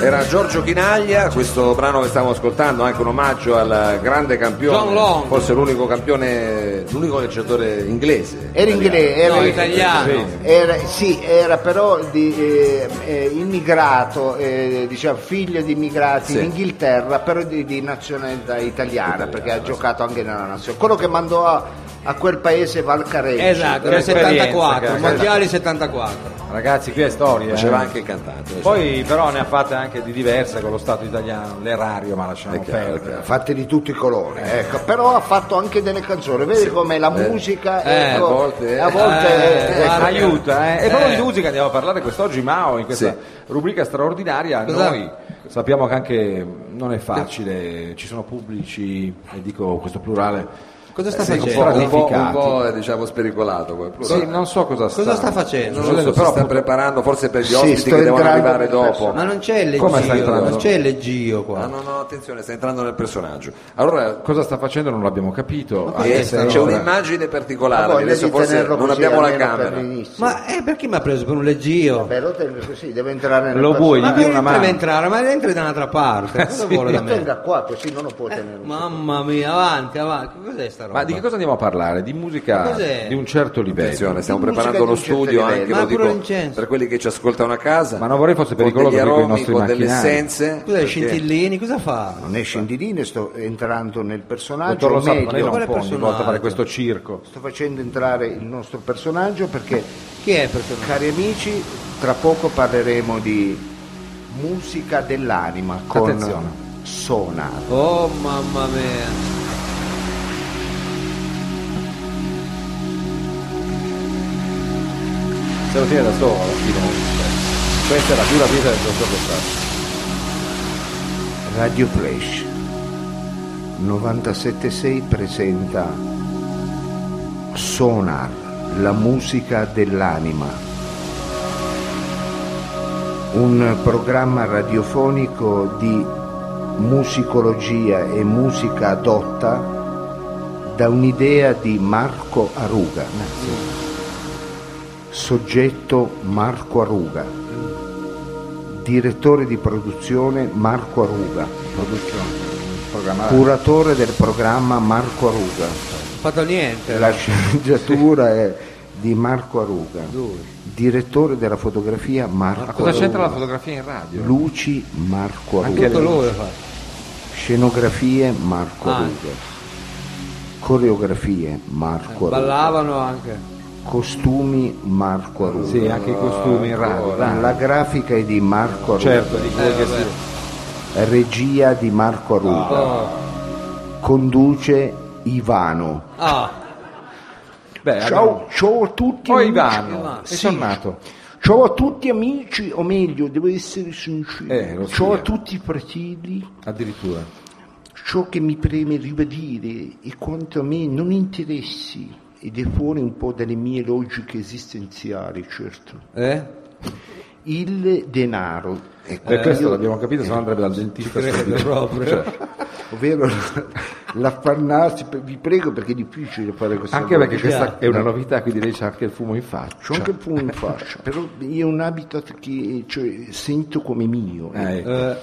Era Giorgio Chinaglia, questo brano che stavamo ascoltando, anche un omaggio al grande campione, John Long. forse l'unico campione, l'unico calciatore inglese. Era inglese, era No, italiano. Era- sì, era però di, eh, eh, immigrato, eh, diciamo, figlio di immigrati Sì. in Inghilterra, però di, di nazionalità italiana, perché ha giocato anche nella nazionale. Quello che mandò a, a quel paese Valcareggi. Esatto, Che nel esperienza, 74, che- mondiali 74. Ragazzi, qui è storia. Faceva eh. anche il cantante. Poi però ne ha fatte anche di diverse con lo Stato italiano, l'erario, ma lasciamo È chiaro, perdere. è Fatte di tutti i colori, ecco. però ha fatto anche delle canzoni, vedi come la musica Eh, ecco, a volte, eh. a volte, Eh, eh, ecco. guarda, aiuta, eh. E proprio Eh. di musica andiamo a parlare quest'oggi, Mao, in questa Sì. rubrica straordinaria. Cosa- Noi sappiamo che anche non è facile, ci sono pubblici, e dico questo plurale. Cosa sta eh, un, facendo? po', cioè, un, po', un stratificati. po', eh, diciamo spericolato quel plurale. Sì, non so cosa sta, Cosa sta facendo? Non lo so, però si sta preparando forse per gli Sì, ospiti sto che devono entrando arrivare nel dopo. personaggio. Ma non c'è il Come sta Gio, entrando? non c'è il Gio qua. Ah, no, no, attenzione, sta entrando nel personaggio. Allora, cosa sta facendo non l'abbiamo capito. eh, Anche se c'è allora- un'immagine Ha particolare, voglia adesso Ah, di forse tenerlo non così, abbiamo la almeno per camera. l'inizio. Ma eh, perché mi ha preso per un leggio? Beh, lo tengo così, deve entrare nel Lo vuoi? Ma Gli dia perché deve una mano. entrare? Ma entri da un'altra parte. Cosa vuole da Lo me? Eh. tenga qua così non lo può tenere. Mamma mia, avanti, avanti. Cos'è sta roba? Ma di che cosa andiamo a parlare? Di musica Cos'è? di un certo livello. Attenzione, stiamo Musica preparando di lo un certo studio livello. anche Ma lo pure dico, l'incenso. per quelli che ci ascoltano a casa. Ma non vorrei fosse pericoloso con degli per quei aromi, nostri con delle macchinari. essenze. Cos'è, perché- scintillini? Cosa fa? Non esce in dirine, sto entrando nel personaggio, Dottor o Lo Sappa, meglio, lei non Quale può ogni volta personaggio? fare questo circo. sto facendo entrare il nostro personaggio perché, Chi è il personaggio? cari amici, tra poco parleremo di musica dell'anima con Attenzione. Sonar. Oh mamma mia. Se lo tiene da solo, alla fine, eh. questa è la dura vita del dottor Lo Sappa. Radio Flash 976 presenta Sonar, la musica dell'anima. Un programma radiofonico di musicologia e musica adotta da un'idea di Marco Aruga. Soggetto Marco Aruga. Direttore di produzione Marco Aruga. Curatore del programma Marco Aruga. Non ho fatto Certo. niente. La sceneggiatura è di Marco Aruga. Direttore della fotografia Marco Ma cosa Aruga. c'entra la fotografia in radio? Luci Marco Aruga. Anche Tutto lui ha fatto. Scenografie Marco Ah. Aruga. Coreografie Eh, Marco Aruga. Ballavano anche. Costumi Marco Aruga. Sì, anche i costumi in radio. dai. La grafica è di Marco Aruga. Certo, di quelli Eh, che vabbè. si- Regia di Marco Ah. Aruga. Oh. Conduce Ivano. Ah, Beh, Ciao, ciao a tutti. Poi amici. Eh, Oh, Ivano, è Sì. tornato. Ciao a tutti amici, o meglio, devo essere sincero. Eh, lo ciao sia. a tutti fratelli. Addirittura. Ciò che mi preme ribadire e quanto a me non interessi ed è fuori un po' dalle mie logiche esistenziali, certo. eh? Il denaro, ecco, Eh, Per questo io- l'abbiamo capito, se no andrebbe dal dentista. Credo subito. Cioè, proprio. ovvero l'affannarsi, per- vi prego perché è difficile fare questa Anche perché logica. questa è una novità, quindi lei c'ha anche il fumo in faccia. Eh, C'ho anche il fumo in faccia, però è un habitat che cioè, sento come mio. Eh, Eh,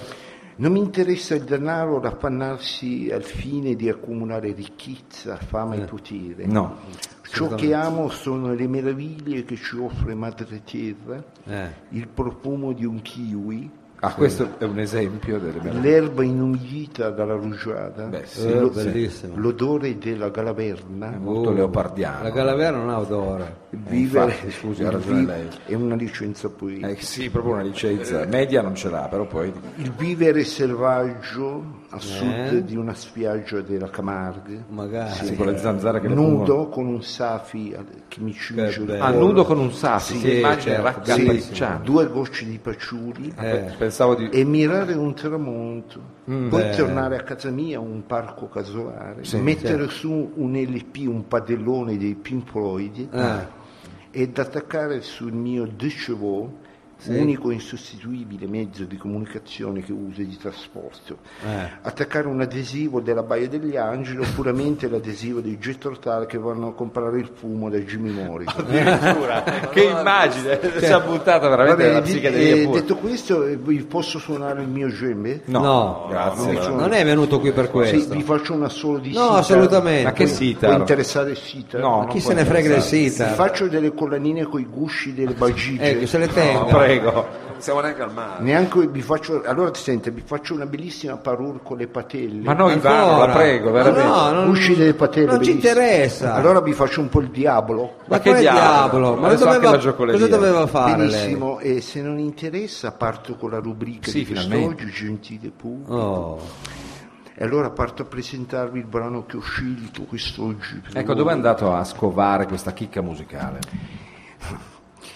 Non mi interessa il denaro ad affannarsi al fine di accumulare ricchezza, fama e potere. Eh. No. Ciò che amo sono le meraviglie che ci offre madre terra, Eh. il profumo di un kiwi, Ah, questo è un esempio delle belle... l'erba inumidita dalla rugiada, Beh, sì, Eh, lo- Eh, bellissimo. l'odore della galaverna, Molto Oh, leopardiano. La Galavera non ha odore. vivere infatti, scusi, ha ragione vi- lei. è una licenza poetica. Eh, sì, proprio una licenza. Media non ce l'ha, però poi... Il vivere selvaggio a sud Eh? di una spiaggia della Camargue, Magari. Sì, con le zanzare che le pungono. nudo con un safi al- che mi Che cinge il bello. Ah, collo. nudo con un sasso, Sì, sì, immagine certo, raccapricciante. due gocce di paciuli Eh, Pensavo di... e mirare un tramonto, poi tornare a casa mia, un parco casolare, mettere su un LP, un padellone dei Pink Floyd Ah. ed attaccare sul mio DCV, unico e insostituibile mezzo di comunicazione che uso e di trasporto, attaccare un adesivo della Baia degli Angeli puramente l'adesivo dei Jet Rotal che vanno a comprare il fumo da Jimmy Morrison. Che immagine! Si è buttata veramente Vabbè, la di- psichedelia eh, pure. detto questo, eh, vi posso suonare il mio gembe? No, grazie. no, no. Non è venuto qui per Sì, questo. vi faccio una solo di No, sitar. assolutamente. certo. Ma che Può- sitar? Può interessare il sitar? No, Ma non chi può se ne frega del interessare. Vi sita? faccio delle collanine con i gusci del bagige. Eh, che se le tenga. Prego. Non siamo neanche al mare. Neanche vi faccio... Allora ti sente, vi faccio una bellissima parure con le patelle. Ma no, Ivano, Ancora? la prego, veramente. No, non- gusci delle patelle. non ci bellissimo. interessa. Allora vi faccio un po' il diavolo. Ma Ma che che diavolo? diavolo? Ma Adesso doveva- anche la giocoleria. cosa doveva fare lei? Benissimo, e se non interessa parto con la rubrica Sì, di finalmente. quest'oggi, gentile pubblico. Oh, E allora parto a presentarvi il brano che ho scelto quest'oggi. per Ecco, voi. dove è andato a scovare questa chicca musicale?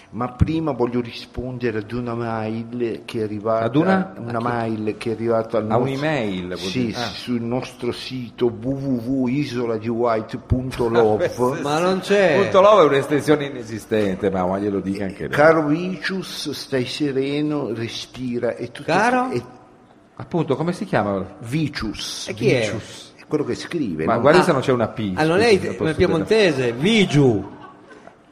Ma prima voglio rispondere ad una mail che è arrivata Ad una? una mail che è arrivata al A nostro, un'email? vuol sì, dire? Ah. sul nostro sito www.isoladiwhite.love ma non c'è. Eh. Punto Love è un'estensione inesistente, ma ma glielo dica anche lei. Caro Vicious, stai sereno, respira e tutto Caro? e- Appunto, come si chiama? Vicious. E chi è? Vicious. È quello che scrive. Ma no? guarda Ah. se non c'è una P. Ah, non è scusi, it- posso piemontese, Vigiu.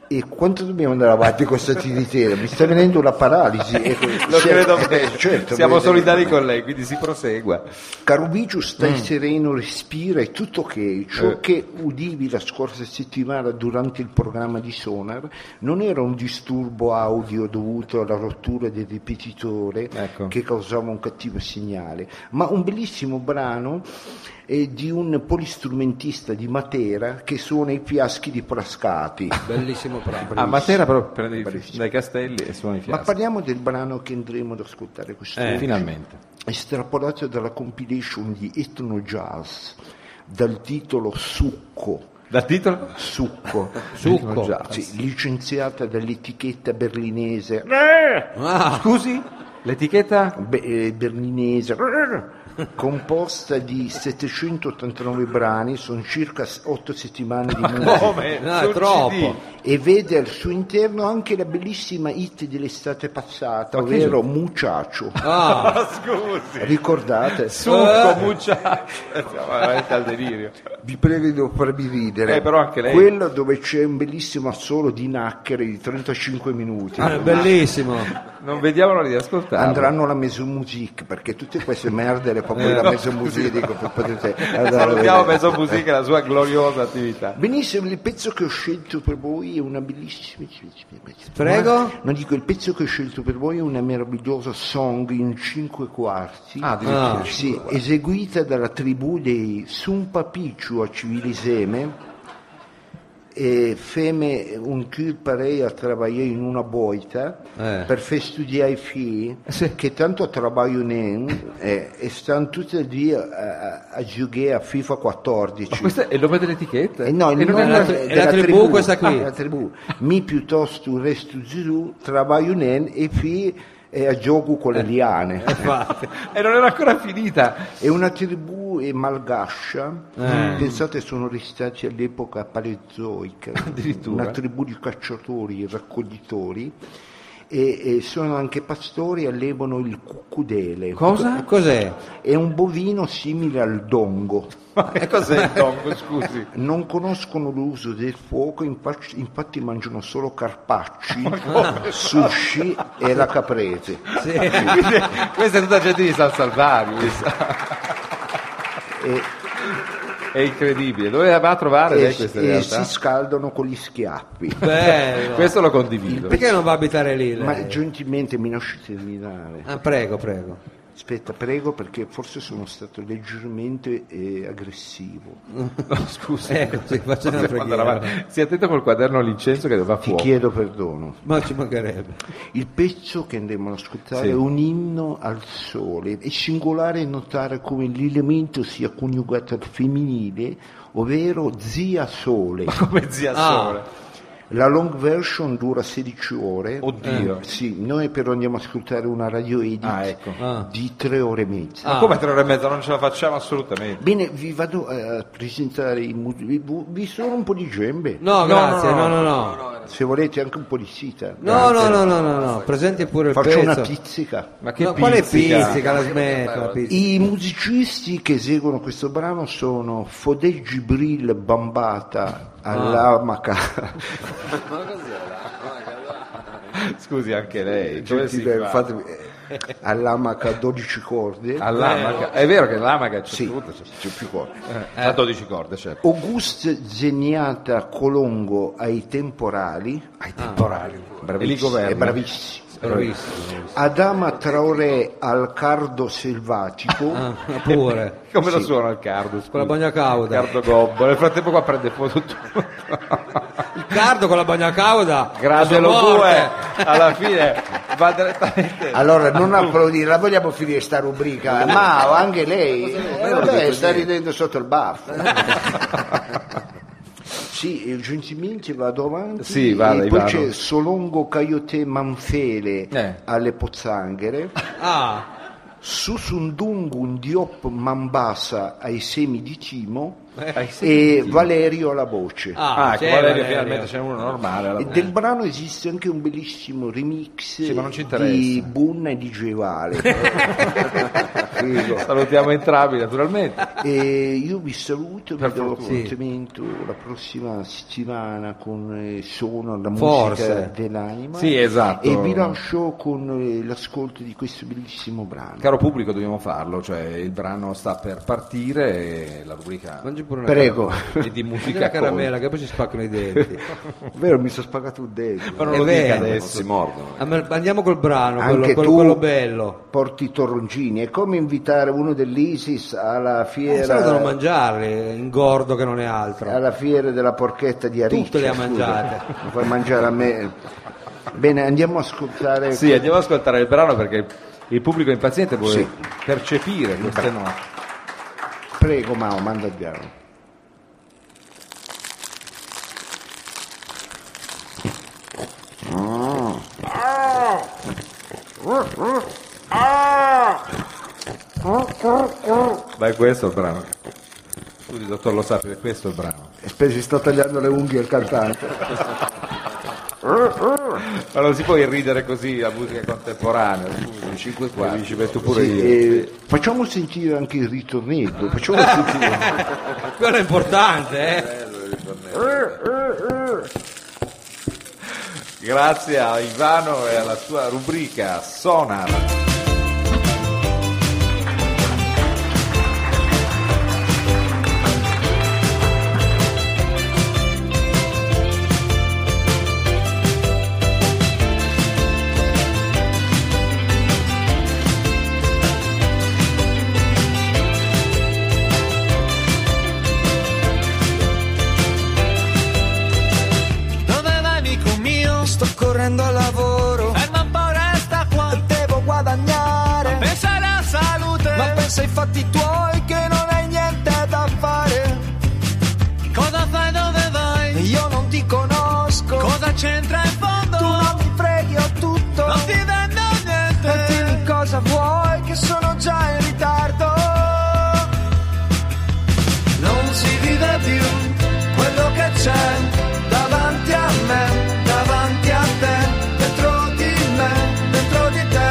E quanto dobbiamo andare avanti con questa tiritera? Mi sta venendo la paralisi. Ecco, Lo se- credo eh, bene. certo, Siamo vedete. solidari con lei, quindi si prosegua. Caro Bigiu, stai Mm. sereno, respira, è tutto ok. Ciò Eh. che udivi la scorsa settimana durante il programma di Sonar non era un disturbo audio dovuto alla rottura del ripetitore Ecco. che causava un cattivo segnale, ma un bellissimo brano eh, di un polistrumentista di Matera che suona i fiaschi di Prascati. Ah, Bellissimo bravo. A Matera però prende i- Bravissimo. dai castelli e suona i Ma fiaschi. parliamo del brano che andremo ad ascoltare quest'oggi. Eh, Finalmente. estrapolato dalla compilation di Ethno Jazz dal titolo Succo. Dal titolo? Succo, Succo. Jazz, sì, licenziata dall'etichetta berlinese, Eh! Ah, Scusi? L'etichetta? be- eh, berlinese composta di 789 brani, sono circa 8 settimane di musica. Come? no, Sul è troppo. CD. e vede al suo interno anche la bellissima hit dell'estate passata, ovvero Mucciaccio. Ah, Ricordate? Succo, bucciato. Eh. Siamo veramente al delirio. Vi prego di non farmi ridere. Eh, però anche lei. Quello dove c'è un bellissimo assolo di nacchere di 35 minuti. ah, bellissimo. Non vediamo l'ora di ascoltarlo. Andranno alla Maison Musique perché tutte queste merde le fa poi la Maison Musique. dico, potete andare a Eh, Salutiamo vedere. Peso Musica e la sua gloriosa attività. Benissimo, il pezzo che ho scelto per voi è una bellissima. Prego? No, dico, il pezzo che ho scelto per voi è una meravigliosa song in cinque quarti. Ah, addirittura. Sì, eseguita dalla tribù dei Sumpapicciu a Civiliseme e feme un cul parei a travagliare in una boita Eh. per far studiare i figli Eh, che tanto travagliano e, e stanno tutti il dia a, eh, a, a giocare a FIFA 14 Ma questo è il nome dell'etichetta? eh no, il E non nome è la- una- è la tribù questa qui. è Ah, la tribù. Mi piuttosto resto Gesù, travaglio nen e qui eh, a gioco con le liane. E non era ancora finita. È una tribù eh, malgascia, Eh. pensate sono restati all'epoca paleozoica, Addirittura. una tribù di cacciatori e raccoglitori e, e sono anche pastori e allevano il cucudele. Cosa? Cos'è? È un bovino simile al dongo. E cos'è il tongo, scusi? Non conoscono l'uso del fuoco, infatti, infatti mangiano solo carpacci, sushi e la caprese. Quindi, questa è tutta gente di San Salvario. mi sa. E, È incredibile. Dove va a trovare e- lei eh, questa e realtà? si scaldano con gli schiaffi. Bello. Questo lo condivido. Perché non va a abitare eh. lì? lei? Ma gentilmente mi lasci terminare. Ah, prego, prego. Aspetta, prego, perché forse sono stato leggermente eh, aggressivo. No, scusi. Ecco, sì, faccio una Possiamo andare preghiera. avanti. Stia attento col quaderno all'incenso che va a Ti fuoco. chiedo perdono. Ma ci mancherebbe. Il pezzo che andremo ad ascoltare Sì. è un inno al sole. È singolare notare come l'elemento sia coniugato al femminile, ovvero zia sole. Come zia Sole. La long version dura 16 ore. Oddio. Eh, Sì, noi però andiamo ad ascoltare una radio edit Ah, ecco. Ah. di 3 ore e mezza. Ma come tre ore e mezza? Non ce la facciamo assolutamente. Bene, vi vado a presentare i mu- vi- Vi sono un po' di gembe. No, grazie, no, no, no. Se volete anche un po' di sita. No, no, no, no, no, no. presenti pure il Faccio pezzo. una pizzica. Ma che No, quale pizzica? pizzica? La smetto, la pizzica. I musicisti che eseguono questo brano sono Fodè Gibril Bambata Ah. all'amaca Scusi, anche Cioè, lei. Come Eh, si Gentile, fa? fatemi- eh, all'amaca 12 corde All'amaca. È vero che l'amaca c'è Sì, tutto. c'è- c'è più corde. A 12 corde, certo. Auguste Zeniata Colongo ai temporali ai temporali E li governa. bravissimo, è bravissimo Bravissimo. Adama Traoré al cardo selvatico Ah, pure. Come lo suona il cardo? scusi? Con la bagna cauda. Cardo gobbo. Nel frattempo qua prende foto tutto. Il cardo con la bagna cauda. Grande Sono lo due. morte. Alla fine va direttamente. Allora, non applaudire, la vogliamo finire sta rubrica, ma anche lei Eh, vabbè, sta ridendo sotto il baffo. Sì, eh, gentilmente vado avanti. Sì, vada, E poi Ivano. c'è Solongo Caiote Manfele Eh. alle pozzanghere, Ah, Susundungun Diop Mambasa ai semi di timo Eh, Ai semi e Valerio alla voce. ah, Ah, ecco, c'è Valerio, Valerio. finalmente c'è uno normale. alla- E Del brano esiste anche un bellissimo remix ma non ci di interessa. Bunna e di Gevale. Figo. Salutiamo entrambi, naturalmente. E io vi saluto, vi do fortuna. appuntamento la prossima settimana con eh, Sono la musica Forse. dell'anima Sì, esatto. e vi lascio con eh, l'ascolto di questo bellissimo brano. Caro pubblico, dobbiamo farlo, cioè il brano sta per partire e la rubrica Mangi pure una Prego, è Mangi di musica una caramella. caramella che poi ci spaccano i denti. vero mi sono spagato un dente. Ma non È lo dica vero. non si adesso. mordono. Ah, ma Andiamo col brano, quello, Anche quello- tu quello bello. porti torroncini, è come invitare uno dell'Isis alla Eh, se no devono fiera, mangiarli, ingordo che non è altro. alla fiera della porchetta di Ariccia. Tutte le ha scusa. mangiate. Non fai mangiare a me. Bene, andiamo a ascoltare Sì, andiamo ad ascoltare il brano perché il pubblico è impaziente, vuole Sì. percepire queste note. Prego Mao, manda il piano. Ma è questo il brano. Scusi, dottor Lo Sapio, è questo il brano. Spesi sta tagliando le unghie il cantante. Ma non si può irridere così la musica contemporanea. Scusi, 5 4. Ci metto pure Sì, io. eh, facciamo sentire anche il ritornello, facciamo sentire. Quello è importante, eh. Grazie a Ivano e alla sua rubrica Sonar. Dove vai amico mio? Sto correndo al lavoro Ferma un po' resta qua Devo guadagnare Ma pensa alla salute Ma pensa ai fatti tuoi Che non hai niente da fare Cosa fai? Dove vai? Io non ti conosco Cosa c'entra in fondo? Tu non mi freghi ho tutto Non ti vendo niente E dimmi cosa vuoi Che sono già in ritardo non si vive più quello che c'è davanti a me, davanti a te, dentro di me, dentro di te.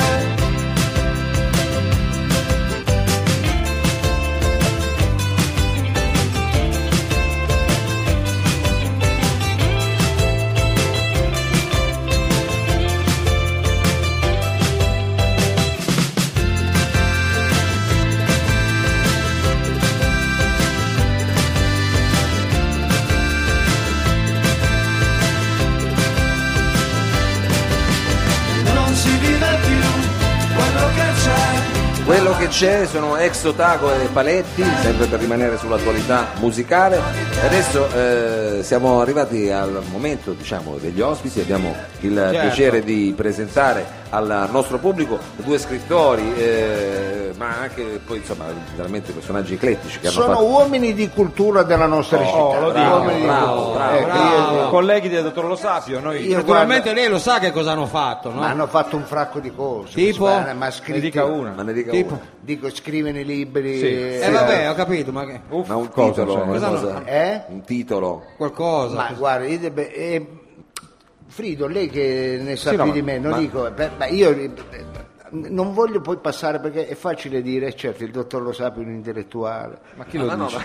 Quello che Eh, c'è sono ex Otago e Paletti, sempre per rimanere sull'attualità musicale. Adesso eh, siamo arrivati al momento diciamo, degli ospiti, abbiamo il Certo. piacere di presentare al nostro pubblico due scrittori, eh, ma anche poi insomma veramente personaggi eclettici che hanno Sono fatto. uomini di cultura della nostra città. lo dico, Uomini di bravo, cultura. bravo, Ecco, io- Eh, colleghi del dottor Lo Sapio, noi Io Naturalmente lei lo sa che cosa hanno fatto, no? Ma hanno fatto un fracco di cose. Tipo? Ma, ma scritti- ne dica una. Ma ne dica Tipo? uno. Dico, scrivono i libri. Sì. eh, Eh vabbè, ho capito, ma che... Uff, Ma un cosa, titolo, cioè, una cosa cosa- no? Eh? un titolo. qualcosa. Ma guarda, io debbe- eh, Frido, lei che ne sa Sì, no, più ma- di me, non ma- dico, beh, ma io eh, non voglio poi passare perché è facile dire, certo, il dottor Lo Sapio è un intellettuale, Ma chi lo dice?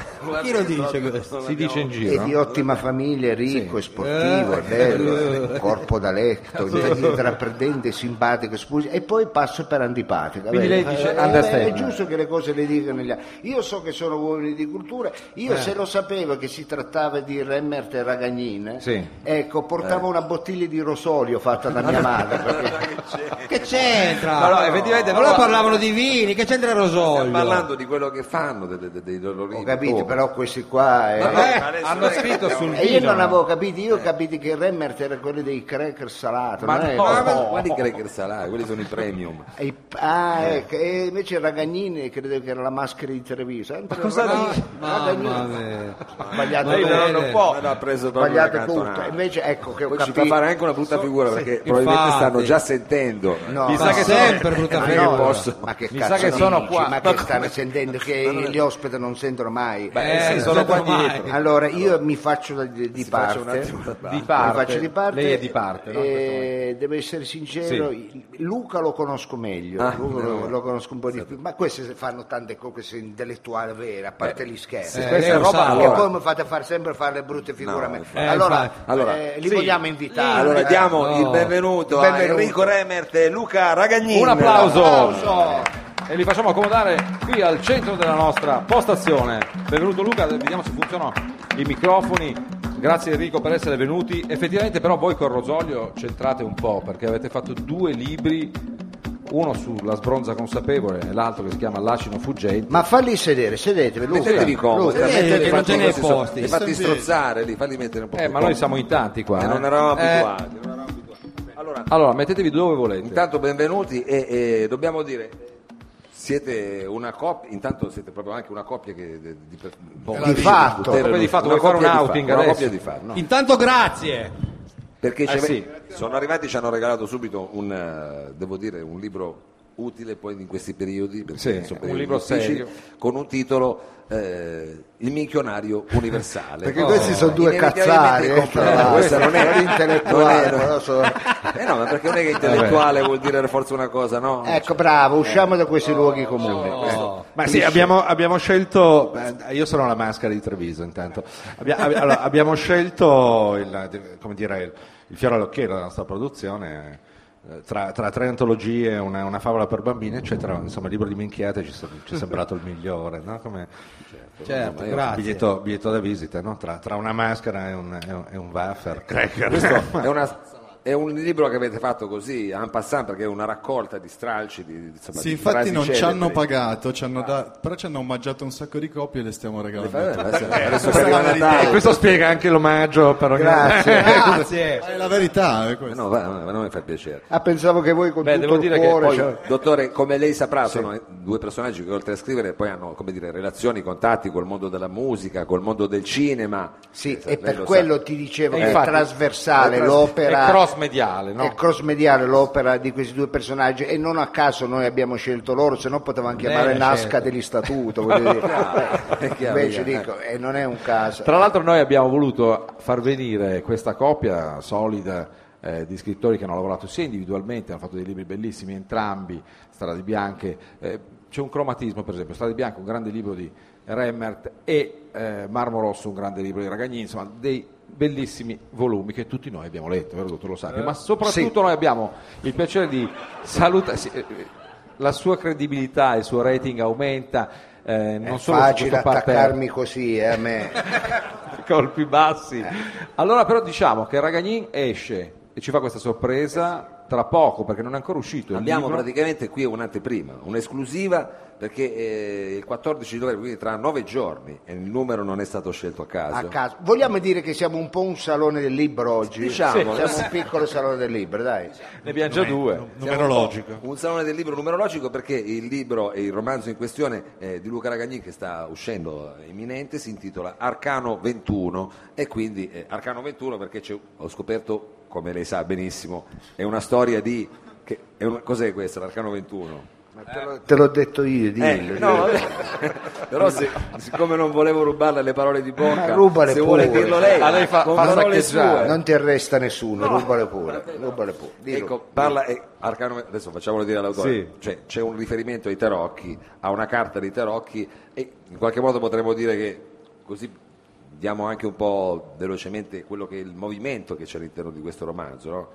Chi lo dice questo? si dice in è giro. di ottima famiglia, è ricco, è sportivo, Eh. è bello, è corpo da letto, intraprendente, simpatico, scusi, e poi passo per antipatico. Quindi Vabbè, lei dice eh, understatement. È giusto che le cose le dicano gli altri. Io so che sono uomini di cultura, Eh. io se lo sapevo che si trattava di Remmert e Ragagnin, Sì. Eh. ecco, portavo una bottiglia di rosolio fatta da mia madre. perché- Che c'entra? No, no, effettivamente, no, allora no. parlavano di vini, che c'entra il rosolio? Stiamo parlando di quello che fanno, de- de- de- dei loro Ho libri. capito, Oh. però questi qua... eh, Vabbè, Eh, adesso hanno non è che scritto abbiamo- sul E io vino. Eh. non avevo capito, io ho capito che Remmert era quello dei cracker salato. Ma non è- no. Ma guarda- guardi che le salari, quelli sono i premium. E i- ah, ecco, e invece Ragagnini credevo che era la maschera di Treviso. Eh, Ragagnini- Ragagnini- Mamma mia. Sbagliato, Ma tutto, bene. non può. ha preso proprio sbagliato una tutto. eh. cantonata. Invece ecco che ho Poi ci capito. fa fare anche una brutta figura perché probabilmente infatti. stanno già sentendo. No, Mi sa no, che sempre eh, brutta ma figura. no, Posso. Ma che Mi cazzo sa che dici? sono qua. Ma che stanno sentendo che gli ospiti non sentono mai. Eh, Eh, sono qua ormai. dietro. Allora, io mi faccio da- di, di parte, faccia un attimo da parte. Di parte. Mi faccio di parte. Lei è di parte, no, in questo e devo essere sincero, Luca lo conosco meglio, Ah, Luca meno lo, male. lo conosco un po' di più, ma queste se fanno tante cose, queste intellettuali vere, a parte gli scherzi. Eh, Che Questa lei è lo roba- sa, allora, poi mi fate far sempre fare le brutte figure a me. infatti. Eh, allora, infatti. Allora, eh, li sì. vogliamo invitare. Allora eh. diamo no. il benvenuto, a Benvenuto. Enrico Remert e Luca Ragagnini. Un applauso. Applauso. E li facciamo accomodare qui al centro della nostra postazione. Benvenuto Luca, vediamo se funzionano i microfoni. Grazie Enrico per essere venuti. Effettivamente però voi con Rosolio centrate un po' perché avete fatto due libri, uno sulla sbronza consapevole e l'altro che si chiama L'acino fuggente. Ma falli sedere, sedetevi Luca. Mettetevi comodo, Luca, Eh, mettetevi che non fatti ce n'è così sopra. posti. Li fatti strozzare, li fatti mettere un po' Eh, più ma noi comodi. siamo in tanti qua. Eh, eh. non eravamo Eh, abituati. non eravamo abituati. Allora, Allora, mettetevi dove volete. Intanto benvenuti e, e dobbiamo dire siete una coppia, intanto siete proprio anche una coppia che di, di- boh, Di fatto. poter- Proprio di fatto, una vuoi fare coppia un di outing fatto, una adesso? coppia di fatto, no? Intanto grazie. Perché ci Eh, ave- sì. Ah, sono arrivati e ci hanno regalato subito un eh, devo dire un libro utile poi in questi periodi, perché Sì, sono un periodi libro difficili, serio. con un titolo eh, Il minchionario universale. Perché questi sono due cazzari, Inevitabilmente eh, compl- tra l'altro. questa non è intellettuale, non è- però sono- Eh no, ma perché non è che intellettuale vuol dire forza una cosa, no? Cioè, Ecco, bravo, usciamo da questi luoghi comuni. Eh. Ma sì, abbiamo, abbiamo scelto. eh, Io sono la maschera di Treviso, intanto. Abbia- abbi- allora, abbiamo scelto il, come dire, il, il fiore all'occhiello della nostra produzione. eh, Tra, tra tre antologie, una, una favola per bambini, eccetera, insomma, il libro di minchiate ci, sem- ci è sembrato il migliore, no? Come Certo, eh, grazie. biglietto, biglietto da visita, no? tra, tra una maschera e un, e un- e un wafer cracker. Questo è, una- è un libro che avete fatto così, en passant, perché è una raccolta di stralci. Di, di- insomma, Sì, di infatti frasi non ci celebri. hanno pagato, ci hanno da- però ci hanno omaggiato un sacco di copie e le stiamo regalando. Eh, Adesso, adesso che Questa è la arriva verità. E Natale, questo spiega anche l'omaggio per ogni Grazie. Grazie. Ma è la verità, è Eh questo. no, va- va- non mi fa piacere. Ah, pensavo che voi con Beh, tutto devo il dire che cuore... poi- cioè- Dottore, come lei saprà, sono due personaggi che oltre a scrivere poi hanno come dire, relazioni, contatti col mondo della musica, col mondo del cinema. Sì, Eh, e lei per lo quello sa. ti dicevo Eh, che è infatti, trasversale è tras- l'opera... È cross mediale, no? È crossmediale l'opera di questi due personaggi e non a caso noi abbiamo scelto loro, se no potevamo chiamare Bene, Nasca certo. degli Statuto, voglio dire. è chiaro, Invece chiaro. dico, e non è un caso. Tra l'altro noi abbiamo voluto far venire questa coppia solida eh, di scrittori che hanno lavorato sia individualmente, hanno fatto dei libri bellissimi entrambi, Strade Bianche, eh, c'è un cromatismo per esempio, Strade Bianche un grande libro di Remmert e eh, Marmo Rosso un grande libro di Ragagnini, insomma dei bellissimi volumi che tutti noi abbiamo letto, vero dottor Lo Eh, Sapio? Ma soprattutto noi abbiamo il piacere di salutare... sì, eh, la sua credibilità, il suo rating aumenta, eh, non è solo su facile questo parterre attaccarmi così eh, a me. Eh. colpi bassi. Allora però diciamo che Ragagnin esce e ci fa questa sorpresa tra poco perché non è ancora uscito il Abbiamo libro. praticamente qui un'anteprima, un'esclusiva perché eh, il 14 di novembre, quindi tra nove giorni, e il numero non è stato scelto a caso. a caso. Vogliamo dire che siamo un po' un salone del libro oggi? siamo Diciamo. un piccolo salone del libro, dai. Ne abbiamo già due. Siamo un po' Un salone del libro numerologico perché il libro e il romanzo in questione eh, di Luca Ragagnin che sta uscendo eh, imminente si intitola Arcano 21 e quindi eh, Arcano 21 perché c'è- ho scoperto, come lei sa benissimo, è una storia di... Che, è una- cos'è questa, l'Arcano 21? Te l'ho detto io, dillo. Eh, no, però se- siccome non volevo rubarle le parole di Ma bocca, rubale se pure. vuole dirlo lei, A Ah, lei fa- con fa parole saccheggiare. sue. Non ti arresta nessuno, rubale pure. Rubale pure. Dillo. Ecco, parla eh, Arcano, adesso facciamolo dire all'autore. Sì. Cioè, c'è un riferimento ai tarocchi, a una carta dei tarocchi e in qualche modo potremmo dire che così diamo anche un po' velocemente quello che è il movimento che c'è all'interno di questo romanzo, no?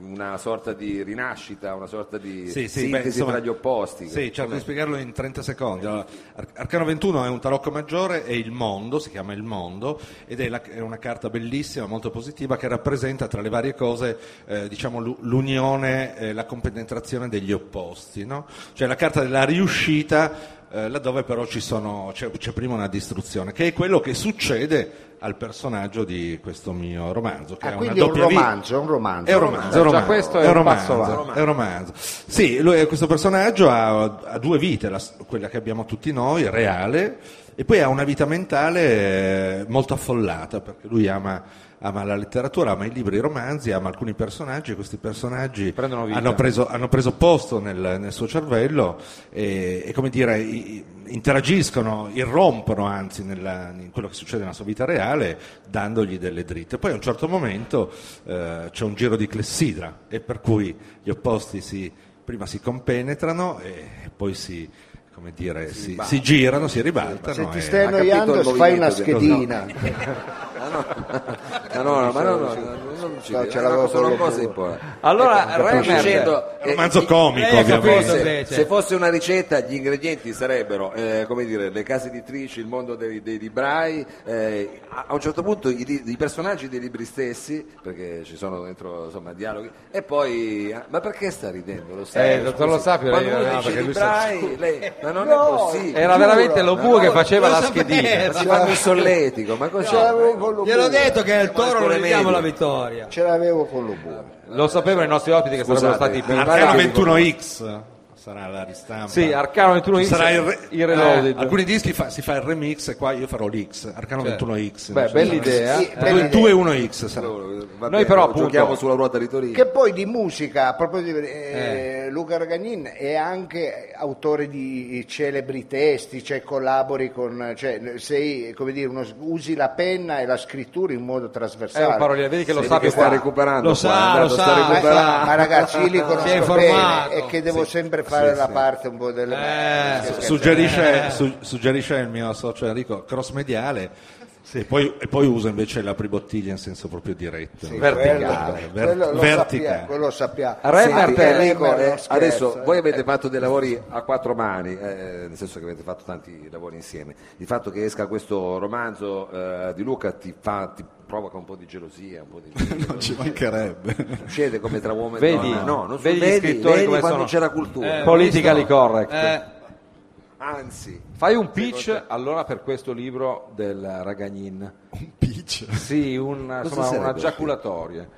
Una sorta di rinascita, una sorta di Sì, sì, sintesi beh, insomma, tra gli opposti. Sì, cerco Com'è? di spiegarlo in 30 secondi. Allora, Ar- Arcano 21 è un tarocco maggiore, è il mondo, si chiama il mondo, ed è, la- è una carta bellissima, molto positiva, che rappresenta tra le varie cose eh, diciamo, l'u- l'unione, eh, la compenetrazione degli opposti, no? cioè la carta della riuscita. eh, Laddove però ci sono- c'è, c'è prima una distruzione, che è quello che succede al personaggio di questo mio romanzo. Che Ah, è una quindi è un doppia vita. romanzo, è un romanzo. È un romanzo, è un Già romanzo, questo è un un romanzo, passo avanti. è un romanzo. Sì, lui- questo personaggio ha, ha due vite, la- quella che abbiamo tutti noi, reale, e poi ha una vita mentale eh, molto affollata, perché lui ama, ama la letteratura, ama i libri, i romanzi, ama alcuni personaggi, e questi personaggi vita. hanno preso, hanno preso posto nel, nel suo cervello e, e, come dire, i- i- interagiscono, irrompono anzi nella- in quello che succede nella sua vita reale dandogli delle dritte. Poi a un certo momento eh, c'è un giro di clessidra e per cui gli opposti si, prima si compenetrano e poi si, come dire, si, ribaltano. si girano, si ribaltano. Se ti e- stai Ha capito annoiando, il fai una movimento del- schedina. Ah, no. Ah, no, no, ma no, no, no, non ci No, credo. ce l'avevo Sono solo cose io. importanti. Allora, Remer- dicendo, È un romanzo comico, eh, Ecco, se ovviamente. fosse, Invece. se fosse una ricetta, gli ingredienti sarebbero, eh, come dire, le case editrici, il mondo dei, dei librai. eh, a a un certo punto i, li- i personaggi dei libri stessi, perché ci sono dentro insomma dialoghi, e poi. ah, Ma perché sta ridendo? Lo sai? Eh, il dottor Lo Sapio, Quando lei- uno no, dice perché lui librai, sa- lei- ma non No, è possibile. Era veramente lo bue Ma che no, faceva lo la sapevo. schedina. Ma si fanno il solletico, ma cos'è? Gliel'ho detto che al toro non scuole gli diamo medie. la vittoria. Ce l'avevo con lo buono. Lo sapevano i nostri ospiti che Scusate, sarebbero stati mi più pare Arcano che- 21X sarà la ristampa. Sì, Arcano 21X Ci sarà il, re- il reloaded. Eh, alcuni dischi fa- si fa il remix e qua io farò l'X, Arcano Certo. 21X. Beh, non so bella se- idea. Sì, Eh, bella idea. 2 1X sarà. eh, Vabbè, Noi però, giochiamo appunto- sulla ruota di Torino. Che poi di musica, a proposito, eh, Luca Ragagnin è anche autore di celebri testi, cioè collabori con, cioè sei, come dire, uno- usi la penna e la scrittura in modo È trasversale. un paroliere, Eh, vedi che lo Vedi sappio che sta qua. recuperando Lo qua, è sa, andato, lo sta sa. Ma, recuperando. ma- ma ragazzi, io li Si è conosco informato. bene e che devo sempre fare la parte un po' del... Eh, suggerisce, su- suggerisce il mio socio Enrico cross mediale e, poi, e poi usa invece la pribottiglia in senso proprio diretto verticale, Quello, ver- quello lo sappiamo, verticale. quello sappiamo. Re Senti, Senti, Martelli, Re Enrico, eh, Martelli, scherzo, adesso eh. voi avete fatto dei lavori a quattro mani, eh, nel senso che avete fatto tanti lavori insieme. Il fatto che esca questo romanzo eh, di Luca ti, fa, ti provoca un po' di gelosia, un po' di Non ci mancherebbe. succede come tra uomo e Vedi, donna. No, non su- vedi gli scrittori come quando sono. c'è la cultura. Eh, Politically correct. Eh, Anzi, Fai un pitch allora per questo libro del Ragagnin. Un pitch. Sì, un, insomma, sarebbe? una giaculatoria.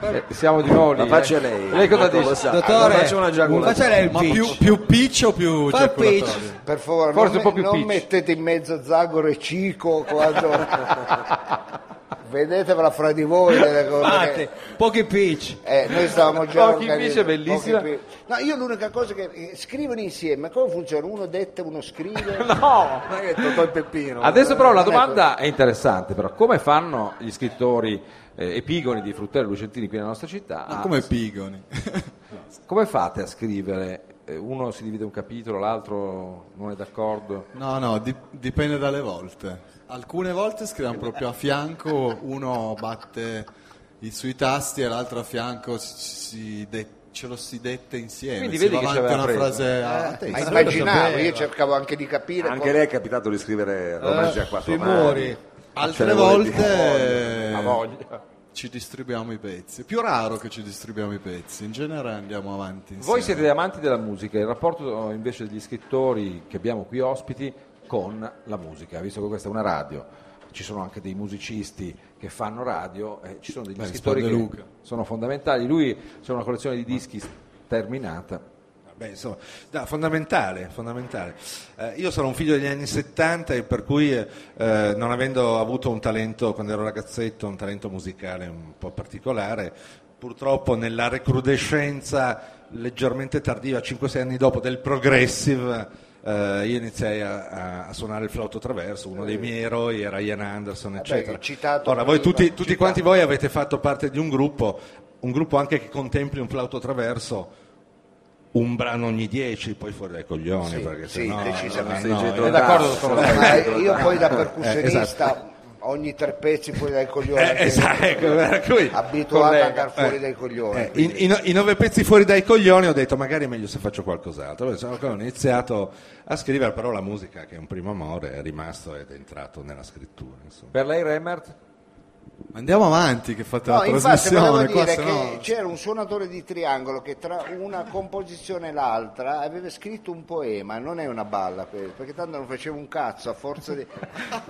Eh, siamo di nuovo lì. la faccia eh. lei. Ecco, Lei cosa Lo dice? sa. Dottore, faccia una giaculatoria. faccia lei il Ma pitch. più, più pitch o più Fa il pitch. giaculatorio? Per favore, non, Forse un po' più non pitch. mettete in mezzo Zagor e Cico quando... Vedetevela fra di voi delle cose. Fate, pochi pitch. Eh, noi stavamo già Pochi pitch è organizzando- bellissima. pochi pitch. No, io l'unica cosa che eh, scrivono insieme, come funziona? Uno detta, uno scrive. No! Ma che Totò il Peppino. Adesso però Eh, la ecco. Non è domanda è interessante, però come fanno gli scrittori eh, epigoni di Fruttero e Lucentini qui nella nostra città? a- Ma come pigoni. Come fate a scrivere? Eh, Uno si divide un capitolo, l'altro non è d'accordo. No, no, di- dipende dalle volte. Alcune volte scriviamo proprio a fianco, uno batte i- sui tasti e l'altro a fianco si- si de- ce lo si dette insieme. Quindi si vedi va che ci avanti a aveva una preso. Eh. frase a Eh, Ma testa. immaginavo, io cercavo anche di capire. Anche poi- lei è capitato Eh, Ah, di scrivere romanzi a quattro mani. Altre Ce ne vuole volte dire. Ha voglia. ci distribuiamo i pezzi. È più raro che ci distribuiamo i pezzi, in genere andiamo avanti. Voi insieme. siete degli amanti della musica, il rapporto eh, invece degli scrittori che abbiamo qui ospiti con la musica, visto che questa è una radio, ci sono anche dei musicisti che fanno radio, eh, ci sono degli Beh, scrittori che risponde Luca. sono fondamentali, lui c'è una collezione di dischi terminata. Beh, insomma, no, fondamentale, fondamentale. Eh, io sono un figlio degli anni 70 e per cui eh, eh, non avendo avuto un talento quando ero ragazzetto, un talento musicale un po' particolare, purtroppo nella recrudescenza leggermente tardiva, 5-6 anni dopo, del progressive eh, io iniziai a, a- a suonare il flauto traverso, uno dei miei eroi era Ian Anderson, eccetera. Eh. citato Ora, voi prima, tutti, tutti quanti voi avete fatto parte di un gruppo, un gruppo anche che contempli un flauto traverso un brano ogni dieci, poi fuori dai coglioni, Sì, perché sì, sennò- eh, decisamente. no, Sì, no, dietro è il d'accordo tasto. con Ma io poi da esatto. Eh, esatto. percussionista ogni tre pezzi fuori dai coglioni. Eh, esatto, ecco, per cui, abituato collega, a dar fuori eh, dai coglioni. eh, i, i no- i nove pezzi fuori dai coglioni ho detto magari è meglio se faccio qualcos'altro. Poi sono- ho iniziato a scrivere, però la musica che è un primo amore è rimasto ed è entrato nella scrittura. Insomma. Per lei Remert? Andiamo avanti che fate No, la infatti volevo trasmissione qua, dire se che no- c'era un suonatore di triangolo che tra una composizione e l'altra aveva scritto un poema, non è una balla questa, perché tanto non faceva un cazzo a forza di...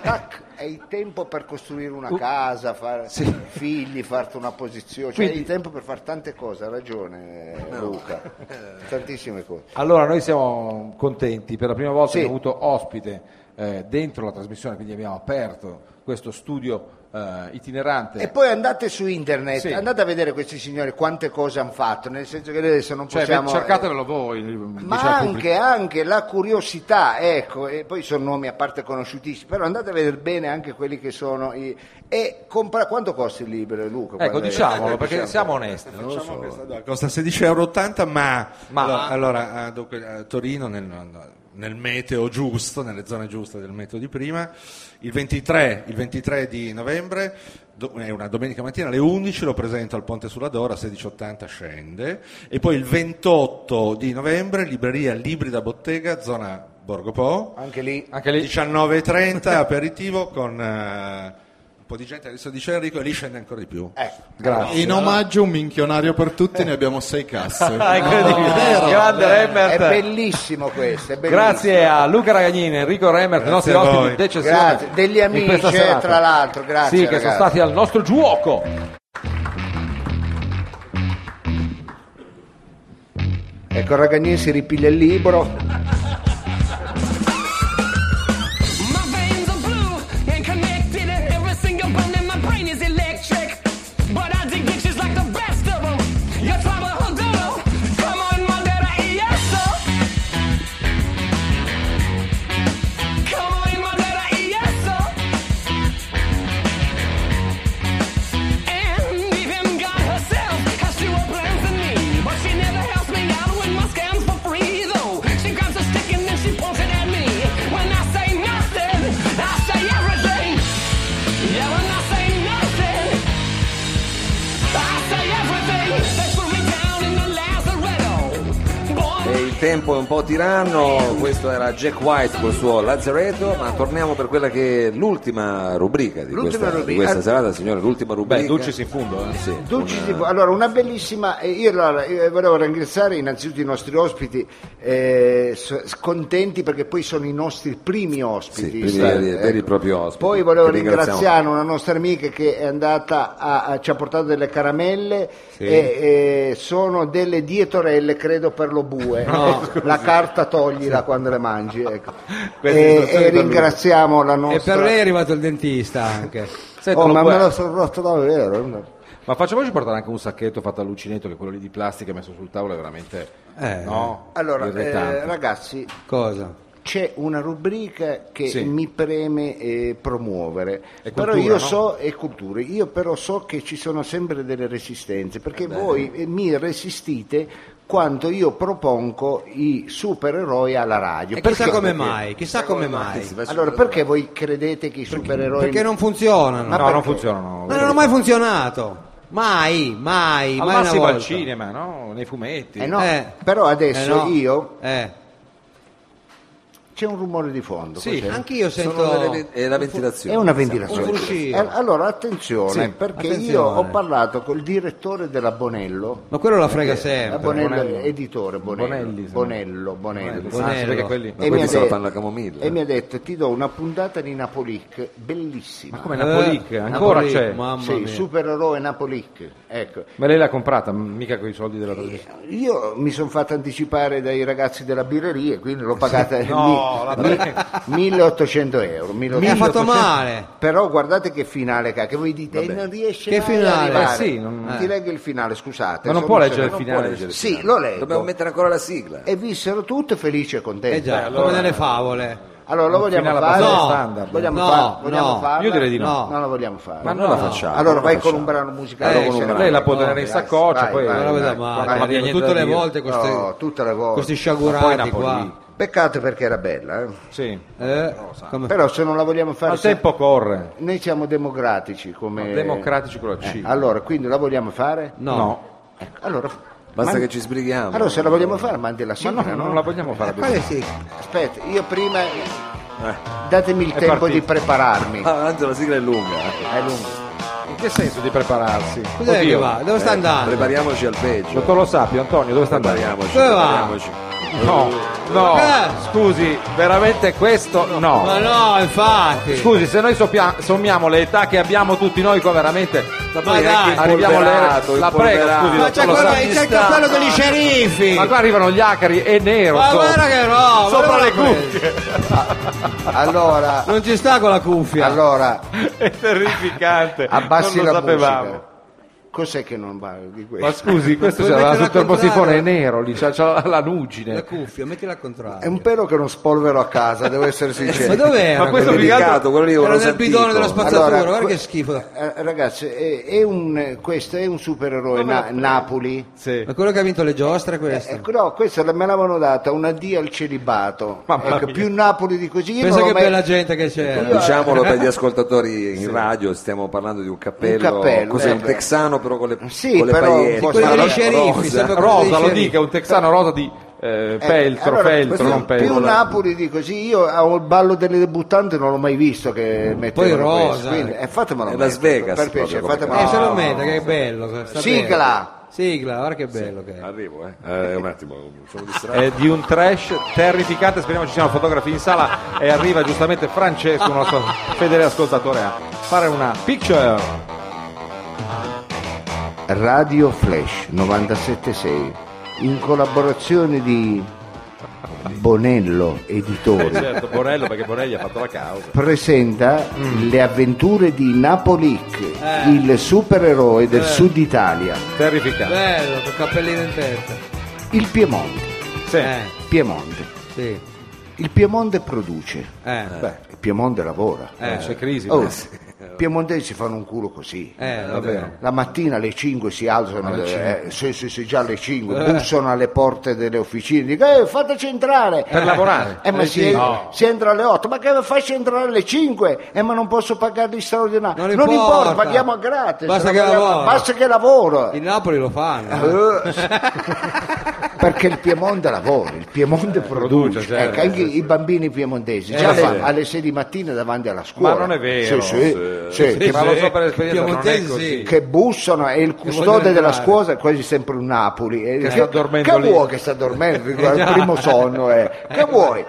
Tac, è il tempo per costruire Uh. una casa, fare figli, farti una posizione, cioè è Quindi- il tempo per fare tante cose, ha ragione eh, Luca, tantissime cose. Allora, noi siamo contenti, per la prima volta Sì. che abbiamo avuto ospite eh, dentro la trasmissione, quindi abbiamo aperto questo studio eh, itinerante. E poi andate su internet, Sì. andate a vedere questi signori quante cose hanno fatto, nel senso che noi adesso non Cioè, possiamo... cercatelo voi, ma diciamo al pubblico. anche, anche la curiosità, ecco, e poi sono nomi a parte conosciutissimi, però andate a vedere bene anche quelli che sono i... E compra... quanto costa il libro, Luca? Ecco, Quando è- diciamolo, perché siamo onesti. Facciamo questa domanda. Costa 16,80 euro, ma, allora, Ma- allora, a, dunque, a Torino nel, nel meteo giusto, nelle zone giuste del meteo di prima, il 23, il 23 di novembre, do- è una domenica mattina alle 11 lo presento al Ponte sulla Dora, 16,80 scende, e poi il 28 di novembre libreria Libri da Bottega, zona Borgo Po, Anche lì. Anche lì. 19.30 aperitivo con... eh, un po' di gente adesso dice Enrico e lì scende ancora di più. ecco. Grazie. In omaggio un minchionario per tutti, ne abbiamo sei casse. Incredibile. Ah, ecco, Grande Remert. È bellissimo questo, è bellissimo. Grazie eh, a Luca Ragagnini, Enrico Remert, i nostri a voi. ospiti d'eccezione Grazie, degli in amici, questa eh, serata. tra l'altro, grazie, Sì, che sono ragazzi. stati al nostro giuoco. Ecco, Ragagnini si ripiglia il libro. My veins are blue and connected, and every single bone in my brain is electric. But I dig ditches like the best of them. You're trying to hold on. oh, Come on, my E data, yes, sir. Come on, my data, yes, sir. And even God herself has fewer plans than me. But she never helps me out with my scams for free, though. She grabs a stick and then she points it at me. When I say nothing, I say everything. Yeah, when I say nothing, I say everything. They put me down in the Lazaretto. Boy, E il tempo è un po' tiranno, questo era Jack White col suo Lazzaretto, ma torniamo per quella che è l'ultima rubrica di, L'ultima questa, di rubrica. questa serata, signore, l'ultima rubrica. Dulcis in fondo, Sì, Dolci una- di- allora, una bellissima. eh, Io, allora, io volevo ringraziare innanzitutto i nostri ospiti, eh, s- contenti perché poi sono i nostri primi sì, ospiti. quindi sai, veri- ecco. veri e propri ospiti. Poi volevo che ringraziamo. ringraziare una nostra amica che è andata a, a- ci ha portato delle caramelle Sì. e, e sono delle dietorelle, credo, per lo bue. No, Ecco, la carta toglila quando le mangi. ecco. Queste E, istruzioni e per lui. ringraziamo la E nostra. per lei è arrivato il dentista anche. Oh, ma me lo sono rotto davvero. Ma facciamoci portare anche un sacchetto fatto all'uncinetto, che quello lì di plastica messo sul tavolo è veramente Eh. no, Allora, irritante. eh, ragazzi, Cosa? c'è una rubrica che Sì. mi preme eh, promuovere, È però cultura, io no? so è cultura, io però so che ci sono sempre delle resistenze, perché beh. voi eh, mi resistite quando io propongo i supereroi alla radio. E chissà Perché? come Perché- mai, chissà come mai. Allora, perché voi credete che i supereroi... Perché non funzionano. Ma no, perché? non funzionano. Ma non hanno mai funzionato. Mai, mai, Al mai una massimo al volta. cinema, no? Nei fumetti. Eh no, Eh. però adesso Eh no. io Eh, C'è un rumore di fondo. Sì, cos'è? anch'io sento- Sono delle ven- è la ventilazione. È una ventilazione. Un fruscio. Eh, Allora attenzione, Sì, perché io attenzione. ho parlato col direttore della Bonello. Ma quello la frega perché- sempre, Bonello, Bonello. editore Bonello. Bonelli, sì. Bonello, Eh, Bonello. Bonello. Ah, sì, perché quelli- E Ma quelli mi ha sono detto- panna camomilla. E mi ha detto ti do una puntata di Napolic bellissima. Eh, Ma come Napolic? Ancora Napolic, c'è? sì, supereroe Napolic. Ecco. Ma lei l'ha comprata, m- mica con i soldi della trasmissione. Io mi sono fatto anticipare dai ragazzi della birreria, quindi l'ho pagata No, mi- vabbè. mi- 1800 euro. Mi ha fatto male. Però guardate che finale che ha, che voi dite, "Eh, non riesce Che mai finale? ad arrivare". Eh sì, non- Ti eh. leggo il finale, scusate. Ma non sono può un leggere secondo. il Non può leggere finale? il Sì, lo leggo. Eh, Dobbiamo mettere ancora la sigla. E vissero tutte felici e contenti. Eh già, come nelle favole. Allora lo Un vogliamo finale fare? abbastanza standard. Vogliamo, No, far- vogliamo no. farla? Io direi di no. Non la vogliamo fare. Ma non la facciamo, non Allora la vai con facciamo. un brano musicale. Eh, che con un se brano. Lei la può vai, tenere in vai, saccoccia, vai, poi- vai, Non la vedo vai, male, vai, ma vai. viene tutte le volte queste- No, tutte le volte. questi sciagurati Ma poi Napoli. qua. Peccato perché era bella. eh. Sì. Eh, come- Però se non la vogliamo Ma fare... il tempo corre. Noi siamo democratici come... No, democratici con la C. Eh, allora, quindi la vogliamo fare? No. Ecco, allora... Basta man- che ci sbrighiamo. Allora se la vogliamo fare mandi la sigla, Eh, Ma no, non la vogliamo fare. Eh, Quale sì? Aspetta, io prima... Datemi il tempo partito. di prepararmi. Ah, anzi, la sigla è lunga. eh. È lungo. In che senso di prepararsi? Cos'è che Oddio. va? Dove Eh, sta andando? Prepariamoci al peggio. Dottor Lo Sapio, Antonio, dove sta andando? Prepariamoci. Dove va? prepariamoci. No, no, Eh. scusi, veramente questo no. Ma no, infatti. Scusi, se noi soppia- sommiamo le età che abbiamo tutti noi qua veramente Ma dai. arriviamo all'era. Impolverato, La prego, impolverato. scusi, Ma dottor c'è Lo quello, Sapio. c'è anche quello degli sceriffi. Ma qua arrivano gli acari e nero. Ma sopra. guarda che roba. Sopra guarda le quello. cuffie. Allora, Non ci sta con la cuffia. allora, È terrificante. abbassi non lo la sapevamo. musica. Cos'è che non va di questo? Ma scusi, questo Puoi c'era mettere sul termosifone contrario. nero, lì c'ha, c'ha la La nugine. cuffia, mettila al contrario. È un pelo che non spolvero a casa, devo essere Ma sincero. dov'era? Ma questo Quello più che altro- dedicato, quello lì Era quello nel sentito. bidone della spazzatura, Allora, guarda que- che schifo. Eh, ragazzi, è, è un, questo è un supereroe na- Napoli. Sì. Ma quello che ha vinto le giostre questo. Ecco, no, questa la- me l'avevano data una D al celibato. Mamma Ecco, mia. più Napoli di così. io Pensa non l'ho che mai- bella gente che c'era. Diciamolo per gli ascoltatori in radio, stiamo parlando di un cappello, Un cappello, cos'è, eh. un texano però con le, Sì, con le però un pagliette, po' Quelli degli Rosa, sceriffi, sempre quelli degli Rosa, lo sceriffi. dica, un texano rosa di eh, peltro, allora, questo peltro, non più peltro. Napoli di così. Io ho il ballo delle debuttanti, non l'ho mai visto che mettevano rosa. questo. Quindi, eh, fatemelo È mettere, Las Vegas per proprio piacere, come fatemelo Eh, se lo mettere. mette, che bello. sta Sigla. bene. Sigla, guarda che bello che è. Arrivo, eh. Eh, un attimo, sono distratto. È di un trash terrificante, speriamo ci siano fotografi in sala e arriva giustamente Francesco, un nostro fedele ascoltatore, a fare una picture. Radio Flash 976 in collaborazione di Bonello Editori Certo, Bonello, perché Bonelli ha fatto la causa. presenta Mm. le avventure di Napolic, Eh. il supereroe del sud Italia, Terrificante. Bello, con cappellino in testa. il Piemonte. Sì. Eh, Piemonte. sì. Il Piemonte produce, Eh, Beh, il Piemonte lavora. Eh, c'è crisi. Oh, eh. i piemontesi fanno un culo così. eh, davvero. La mattina alle 5 si alzano, eh, sì, sì, sì, già alle 5, bussano alle porte delle officine, dicono eh, fateci entrare. Per lavorare. Eh, ma si, si entra alle 8, ma che faccio entrare alle 5? Eh, ma non posso pagare gli straordinari. Non importa. importa, paghiamo a gratis. Basta Non che vogliamo- lavora. Basta che lavoro. In Napoli lo fanno. eh. Perché il Piemonte lavora, il Piemonte produce. produce, certo. Eh, Ecco, anche i bambini piemontesi, già sì. alle, alle 6 di mattina davanti alla scuola. non è vero, Sì, sì, sì, che Ma lo so per esperienza che non è Piemontesi, così. che bussano e il custode vogliono della entrare. scuola è quasi sempre un Napoli Eh, sta dormendo che lì. Esatto. vuoi che sta dormendo il primo sonno è che vuoi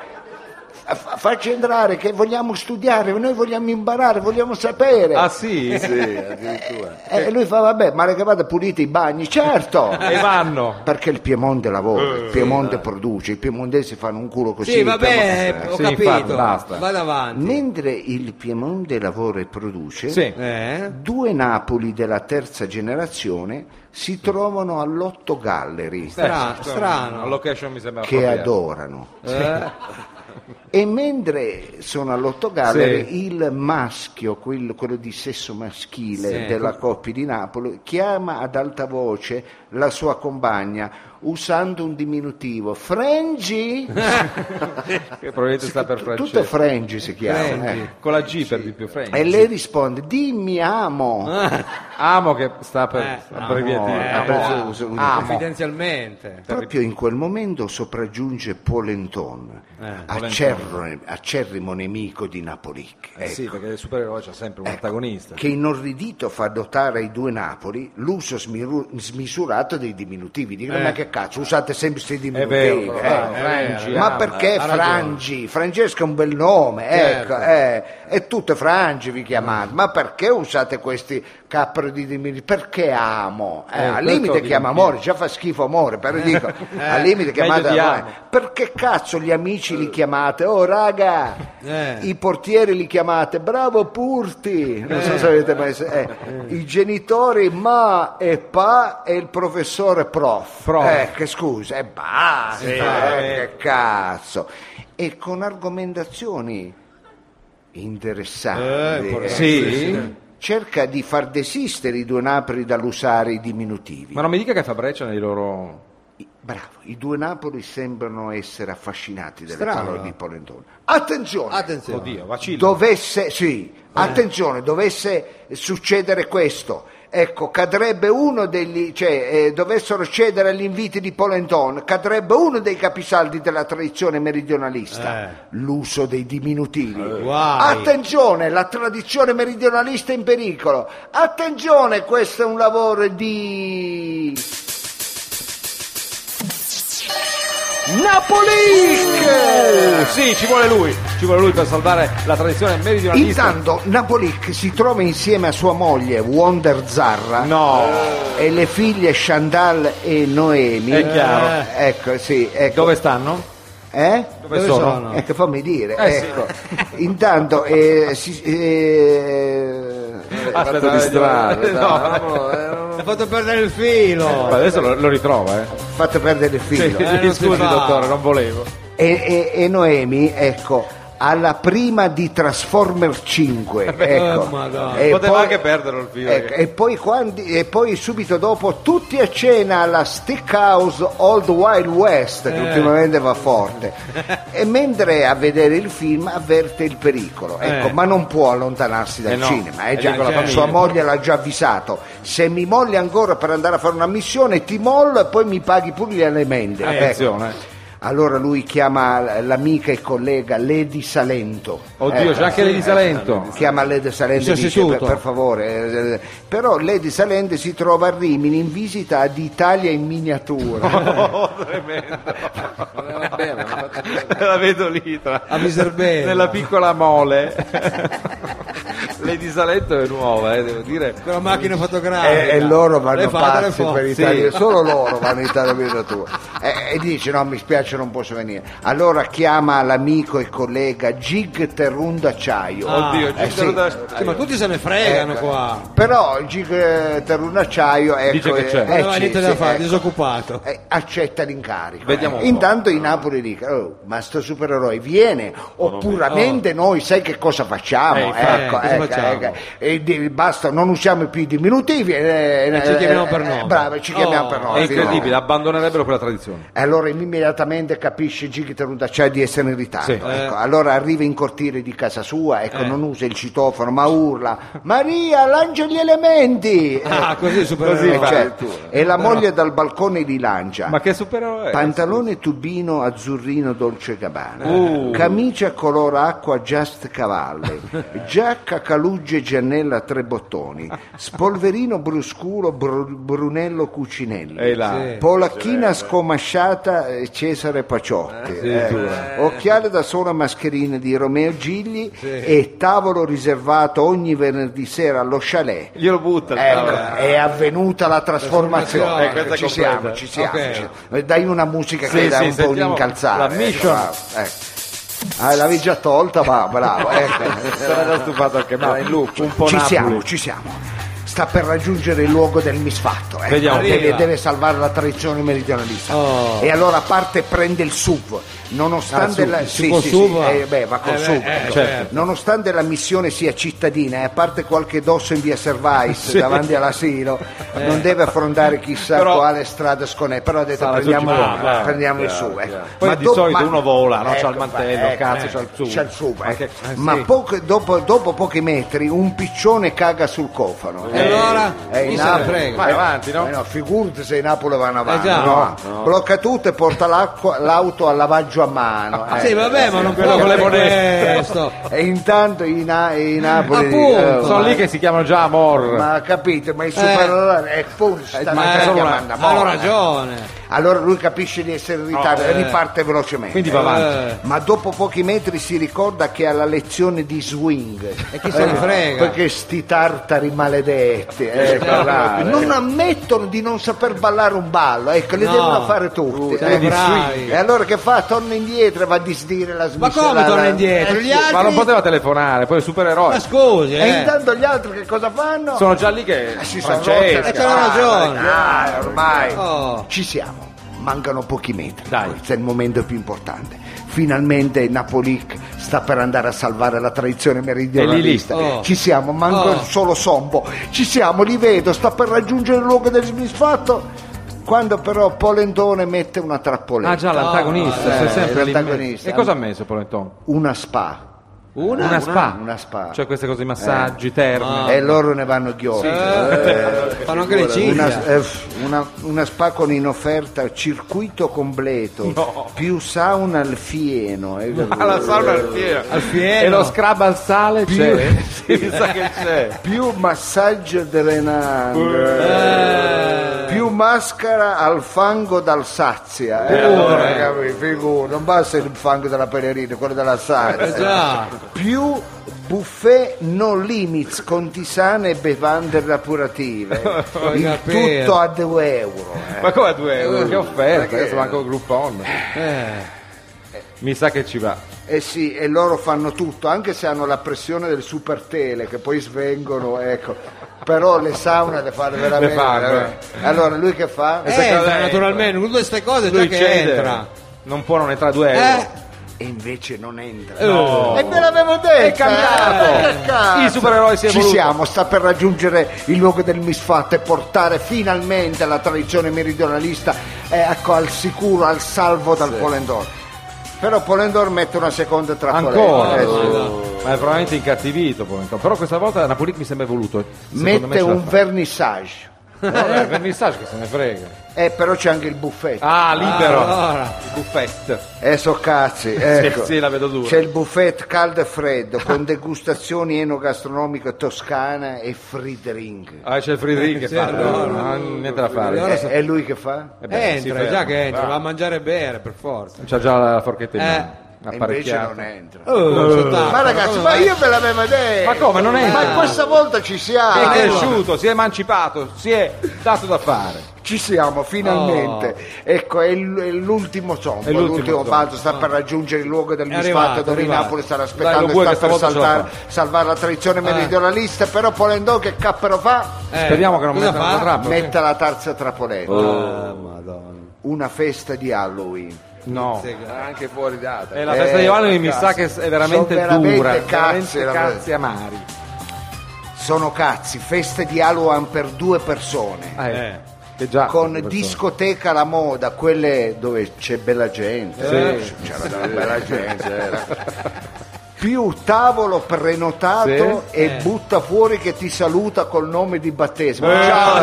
Fa- facci entrare che vogliamo studiare noi vogliamo imparare vogliamo sapere Eh, Ah sì? Sì, addirittura. e e lui fa vabbè male che vada pulite i bagni certo E vanno. perché il Piemonte lavora il Piemonte produce i piemontesi fanno un culo così Sì, il va Piemonte- bene, ho Sì, infatti, capito. basta. Vado avanti. mentre il Piemonte lavora e produce Sì. Eh? Due Napoli della terza generazione si trovano all'Otto Gallery Stra- Eh, strano. La location mi sembra che appropriata. adorano. Eh? E mentre sono all'Otto Gallery, il maschio, quello, quello di sesso maschile Sì. della coppia di Napoli, chiama ad alta voce la sua compagna. usando un diminutivo. Frangi? che probabilmente sta per Tutto francese. Frangi si chiama, eh. Con la G per di più, Frangi. e lei risponde, dimmi amo. Amo che sta per Eh, sta per via di- eh, amo. eh, Amo. Confidenzialmente. Proprio in quel momento sopraggiunge Polenton, acerrimo, acerrimo nemico di Napolicchi. Eh sì, Ecco. perché il supereroe c'ha sempre un antagonista. che inorridito fa notare ai due Napoli l'uso smiru- smisurato dei diminutivi. Dicono, Eh. ma che cazzo, usate sempre questi vero, diminutivi. bravo, eh. bravo, Frangi, ma ah, perché ha ragione. Frangi? Francesco è un bel nome, Certo. ecco, eh. e tutte Frangi vi chiamate, ma perché usate questi capri di diminutivi? Perché amo? Eh, Eh, al questo limite dico chiama anch'io. amore, già fa schifo amore, però dico, Eh, al limite chiamate meglio di amore. amo. Perché cazzo gli amici li chiamate? Oh raga! Eh. I portieri li chiamate bravo Purti, non so se avete mai se- eh. i genitori ma e pa e il professore prof. Prof. Eh, che scusa, e basta, Sì, eh, eh. che cazzo. E con argomentazioni Eh, interessanti. importanti. Sì. Cerca di far desistere i due Napoli dall'usare i diminutivi. Ma non mi dica che fa breccia nei loro... Bravo, i due Napoli sembrano essere affascinati dalle Strano. parole di Polentone. Attenzione! Attenzione. Oddio, vacilla. Dovesse, sì, attenzione, dovesse succedere questo, ecco, cadrebbe uno degli, cioè, eh, dovessero cedere agli inviti di Polenton, cadrebbe uno dei capisaldi della tradizione meridionalista, l'uso dei diminutivi. guai. Attenzione, la tradizione meridionalista è in pericolo. Attenzione, questo è un lavoro di... Eh, Napoli! Sì, ci vuole lui. Ci vuole lui per salvare la tradizione meridionalista. Intanto Napolic si trova insieme a sua moglie Wonder Zarra e le figlie Chantal e Noemi. È chiaro. Eh, Ecco, sì, ecco. Dove stanno? Eh? Dove Dove sono? sono? Ecco, fammi dire. Eh, sì. ecco. Intanto eh, si- eh, Aspetta, fatto distrarre, no. dai, vamo, eh, ha fatto perdere il filo. Ma adesso lo, lo ritrova, eh. fate perdere il filo. eh. Sì, non si scusi, fa. dottore, non volevo. E, e- e Noemi, ecco, alla prima di Transformer 5. Ecco. Oh, Madonna. E Eh, Poteva poi- anche perderlo il filo. Ecco, che- e, poi quando- e poi subito dopo tutti a cena alla Steakhouse Old Wild West Eh. che ultimamente va forte e mentre è a vedere il film avverte il pericolo ecco, Eh. ma non può allontanarsi dal Eh no, cinema eh è già, lì con la famiglia. sua moglie l'ha già avvisato se mi molli ancora per andare a fare una missione ti mollo e poi mi paghi pure gli alimenti Ecco. Eh, Attenzione. allora lui chiama l'amica e collega Lady Salento Oddio, Eh, c'è anche lei di Salento. chiama Lady Salente Il dice, per, sostituto. per favore eh, eh, però Lady Salente si trova a Rimini in visita ad Italia in Eh, miniatura La vedo lì tra... A Viserbello. Nella piccola mole. lei di Salento è nuova, eh, devo dire. Con la macchina fotografica. eh, e, e loro vanno Le fate le pazzi foto. per Sì. Italia solo loro vanno in Italia in miniatura e, e dice no mi spiace non posso venire allora chiama l'amico e collega Gig Terrun d'acciaio Ah. Oddio, Eh, Gig sì. Terrun Sì, ma tutti se ne fregano Ecco. qua. però Gig eh, Terrun d'acciaio ecco, Dice che c'è. eh, Non non aveva sì, niente sì, da fare, ecco. disoccupato. Eh, accetta l'incarico. Vediamo un po'. Intanto i Napoli dicono: "Oh, ma sto supereroe viene, oppuramente noi sai che cosa facciamo? Oh. Eh, infatti, ecco, cosa ecco, facciamo? ecco. E di- basta, non usiamo più i diminutivi. eh, eh, ci chiamiamo eh, per eh, nome. bravo, ci chiamiamo Oh, per È nome. incredibile, abbandonerebbero quella tradizione. E allora immediatamente capisce Gigi Terrutacciai di essere in ritardo. Sì. ecco. Allora arriva in cortile di casa sua, Eh. ecco, non usa il citofono, ma urla: Maria, lancia gli elementi! Ah, Ecco. così super Eh, fa cioè, il tuo. e la moglie dal balcone li lancia. Ma che supereroe è? Pantalone tubino azzurrino dolce gabbana, Uh. camicia color acqua just cavalli, giacca calugge giannella tre bottoni, spolverino bruscuro Bru- brunello cucinelli, Ehi là. polacchina scomasciata eh, Cesare Paciotti, addirittura. eh, occhiali da sola mascherina di Romeo Gigli e tavolo riservato ogni venerdì sera allo chalet. Glielo butta il Ecco, tavolo. è avvenuta la trasformazione. Eh, questa è ci siamo, completa. ci siamo. Ok. ci siamo. Eh, Dai una musica che Sì, dà sì, un po' un sentiamo incalzare. la ecco, mission. va, ecco. Ah, l'avevi già tolta, ma bravo. ecco. Sarà già stufato anche me. No, in loop, un po' ci Napoli. siamo, ci siamo. sta per raggiungere il luogo del misfatto. eh. Vediamo. deve, Arriva. deve salvare la tradizione meridionalista. Oh. E allora parte e prende il SUV. Nonostante Ah, il la, SUV. Si può SUV? eh, beh, va col Eh, beh, SUV, eh, ecco. certo. Nonostante la missione sia cittadina, e a parte qualche dosso in via Service Sì. davanti all'asilo, Eh. non deve affrontare chissà Però- quale strada sconè. Però ha detto Sarà prendiamo, giù, giù, giù, prendiamo giù, il SUV. giù, ecco. giù. Poi di dopo- solito uno vola, no? C'ha il ecco, mantello, cazzo, c'ha il SUV. C'ha il SUV, Ma che- ecco. eh, Ma sì. poche- dopo, dopo pochi metri un piccione caga sul cofano. E allora? Eh, in Chi se ne frega? Napoli, Vai avanti, no? Eh, figurati se in Napoli vanno avanti. Eh già. no? No. Blocca tutto e porta l'acqua- l'auto al lavaggio a mano. eh. Ah, Sì, vabbè, ma non Quello può con le fare monete. questo. E intanto i, Na- i Napoli Appunto. eh, Sono ma- lì che si chiamano già Amor. ma capite, ma il Eh. supererrore è pure ma è stanno solo una- chiamando a hanno morte. ragione. boh. Allora lui capisce di essere in ritardo No, eh. e riparte velocemente. Quindi va avanti. Eh. Ma dopo pochi metri si ricorda che ha la lezione di swing. E chi se ne frega? Perché sti tartari maledetti, ecco, Eh, là. eh. non ammettono di non saper ballare un ballo, ecco, li No. devono fare tutti. Eh, Tutti, eh, bravi. E allora che fa? Torna indietro e va a disdire la Eh, Ma smissione. come torna indietro? Gli altri... Ma non poteva telefonare, poi il supereroe. Ma scusi, E eh. intanto gli altri che cosa fanno? Eh, Sono già lì che si sono Francesca. Eh, rotte le E c'hanno scatole, ragione. dai, ormai Oh. ci siamo. Mancano pochi metri, questo è il momento più importante. Finalmente Napolic sta per andare a salvare la tradizione meridionalista. È lì lì. Oh. Ci siamo, manca Oh. solo Sombo. Ci siamo, li vedo, sta per raggiungere il luogo del smisfatto. Quando però Polendone mette una trappoletta. Ah già Eh, l'antagonista, sei sempre lì in mezzo. l'antagonista. E cosa ha messo Polenton? Una spa. Una, spa. Una spa. Cioè queste cose, massaggi, terme. E loro ne vanno ghiotti. Ah. Sì. Eh, fanno anche le ciglia. Una, eh, una- una spa con in offerta circuito completo, più sauna al fieno. eh. Ma la sauna al fieno. Al fieno. E lo scrub al sale Più- c'è. Sì, mi sa che c'è. Più massaggio drenante, Eh. più maschera al fango d'Alsazia. Eh, allora, ragazzi, figu- non basta il fango della Pelerina, quello dell'Alsazia. Eh, già. Più buffet no limits con tisane e bevande depurative. Voglio il capire. tutto a 2 euro. eh. Ma come a due euro? Che offerta, Perché? adesso manco Groupon. Mi sa che ci va. Eh sì, e loro fanno tutto, anche se hanno la pressione del super tele che poi svengono, ecco. Però le saune le fanno veramente. Le Eh. fanno, eh. Allora lui che fa? Entra, Esatto. naturalmente, tutte queste cose già Lui che cede. entra. Eh. Non può non entrare due euro. E invece non entra. No. E ve l'avevo detto! Eh, oh. È cambiato. eh, che cazzo. Il supereroe si è Ci evoluto. siamo, sta per raggiungere il luogo del misfatto e portare finalmente la tradizione meridionalista eh, ecco, al sicuro, al salvo dal Polendor. Però Polendor mette una seconda trappoletta. Ancora, eh, sì. ma è veramente incattivito. Polenton. Però questa volta Napoli mi sembra evoluto. Secondo me Mette ce la un fa. vernissage. Vabbè, vernissage che se ne frega. Eh, però c'è anche il buffet. Ah, libero. Allora. Il buffet. Eh, so cazzi. Ecco. Sì, sì, la vedo dura. C'è il buffet caldo e freddo con degustazioni enogastronomiche toscana e free drink. Ah, c'è il free Eh, drink che Sì, fa. allora. no, niente da fare. Allora E so- è lui che fa? Eh beh, si entra, ferma. già che entra, Va. va a mangiare e bere per forza. C'ha già la forchettina. Eh, E invece non apparecchiata. entra. Oh, sottacqua, Ma ragazzi, come ma mai? io ve l'avevo detto. Ma come, non entra? Ma questa volta ci siamo. È cresciuto, si è emancipato, si è dato da fare. Ci siamo, finalmente. Oh. Ecco, è l- è l'ultimo sommo, È l'ultimo l'ultimo, sommo. balzo sta per raggiungere il luogo del È arrivato, misfatto è dove arrivato. Napoli sta Dai, aspettando lo Eh. vuoi e che sta per stavolta ce la saltare- salvare la tradizione meridionalista, però Polendò che cappero fa? Eh, Speriamo che non cosa mettano fa? la trappola. Metta la terza trappoletta. Ah, madonna. Una festa di Halloween. No. Anche fuori data. E la festa Eh, di Halloween mi cazzo. sa che è veramente, Sono veramente dura. cazzi, veramente la- cazzi amari. Sono cazzi, festa di Halloween per due persone. Eh, che già con questo- discoteca alla moda, quelle dove c'è bella gente, Sì. c'era della bella gente. Più tavolo prenotato Sì. e butta fuori che ti saluta col nome di battesimo.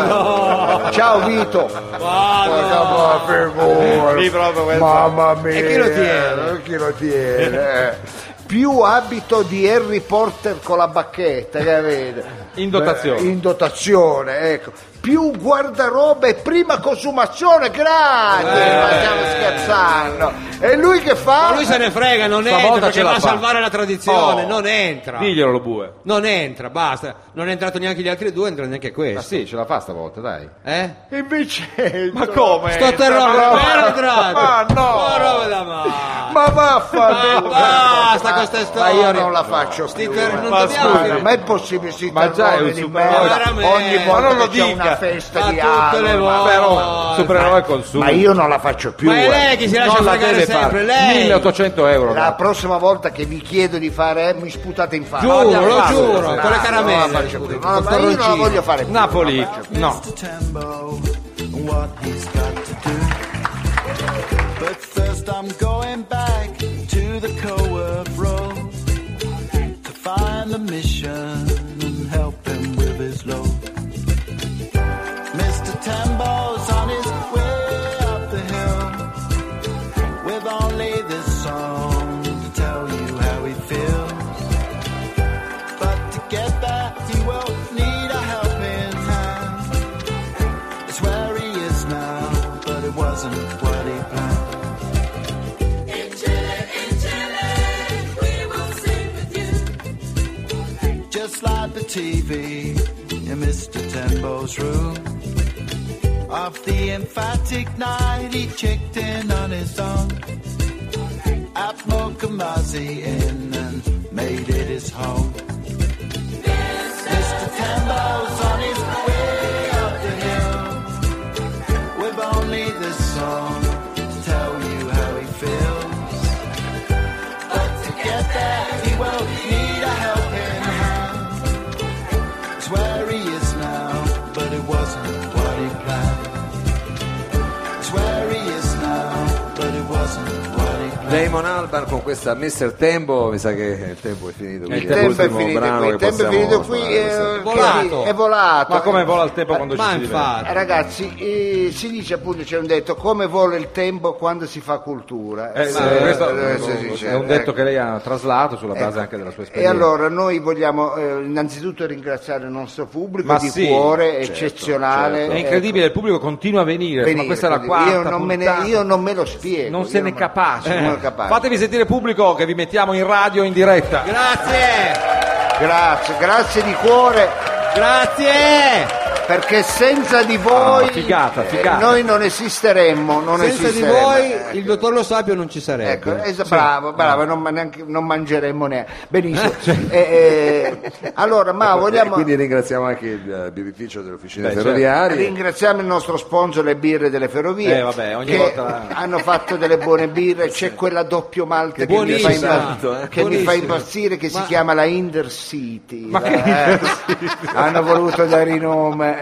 ciao, ciao Vito. Guarda, ma figura. Lì proprio questo. Mamma mia. E chi lo tiene? Chi lo tiene? Eh. Più abito di Harry Potter con la bacchetta, capite? In dotazione. in dotazione, ecco. Più guardaroba e prima consumazione gratis, Eh. ma stiamo scherzando. E lui che fa? Ma lui se ne frega, non Stavolta entra ce perché la va a fa. salvare la tradizione, Oh. non entra. Diglielo lo bue. Non entra, basta. Non è entrato neanche gli altri due, entra neanche Ma questo. Ah, sì, ce la fa stavolta, dai. Eh? Invece Ma come? Ah, Sto terrore, Ma no. non era entrato. Ma no. Ma roba da male. Ma Ma vaffanculo! basta Ma- con ste Ma storie. io non la faccio più. Peter, eh. non ma dobbiamo- scusa, ma è possibile si Ma già è terrore un di supereroe. merda Veramente. ogni Ma volta non lo che c'è dica. una festa Ma di tutte le Halloween? volte. Però, supereroe col su. Ma io non la faccio più. Ma è eh. lei che si lascia Non la fregare deve sempre, fare. lei. 1800 euro, La guarda. prossima volta che vi chiedo di fare eh, mi sputate in faccia. Giuro, No, lo no, giuro, no, con le caramelle, Non la faccio più. No, col ma io non la torroncino. voglio fare più. Napoli, no. Mr. Tembo, what he's got to do. But first, I'm going back to the co-op road to find the mission and help him with his load. Mr. Tembo's on his way up the hill with only this song to tell you how he feels. But to get there, he will need a helping hand. It's where he is now, but it wasn't what he planned. In Chile, in Chile, we will sing with you. Just like the TV in Mr. Tembo's room. Of the emphatic night, he checked in on his own. At Mokomazi Inn and made it his home. Mr. Tembo's on his way up the hill. With only this song to tell you how he feels. But to get there, he will need a helping hand. It's where he is now, but it wasn't what he planned. It's where he is now, but it wasn't what he planned. Damon Alban con questa Mr. Tembo, mi sa che il tempo è finito. quindi Il tempo è l'ultimo finito brano qui, che il tempo è possiamo finito qui, suonare eh, questa sera. quindi è volato. Ma come vola il tempo quando ci Eh, Ma si diverte? infatti. Ragazzi, eh, si dice appunto, c'è un detto, come vola il tempo quando si fa cultura. Eh, Ma- eh, questo eh, si è un- dice, è un detto ecco. che lei ha traslato sulla base Ecco. anche della sua E esperienza. allora noi vogliamo eh, innanzitutto ringraziare il nostro pubblico Ma di sì, cuore certo, eccezionale. È Ecco, incredibile, il pubblico continua a venire, venire, ma questa è la quindi quarta io non, me ne, puntata. io non me lo spiego. non se io ne capace. non sono Eh. capace. Fatevi sentire pubblico che vi mettiamo in radio in diretta. Grazie, grazie di cuore. Grazie! Perché senza di voi Ah, figata, eh, figata. noi non esisteremmo. Non Senza di esisteremmo. voi Eh, ecco. il dottor Lo Sapio non ci sarebbe. Ecco, es- Sì. bravo, bravo, non, ma- neanche- non mangeremmo neanche. Benissimo. Eh, eh, allora, ma E vogliamo. Ecco, quindi ringraziamo anche il eh, birrificio delle officine Beh, certo. ferroviarie. Ringraziamo il nostro sponsor le birre delle ferrovie Eh, vabbè, ogni che volta- hanno fatto delle buone birre, c'è quella doppio malta che, mi fa, Buonissima. Esatto, eh, impazzire, che mi Buonissima. fa impazzire che si Ma- chiama la Inder City. Ma che Eh, Inder hanno voluto dare i nomi. eh.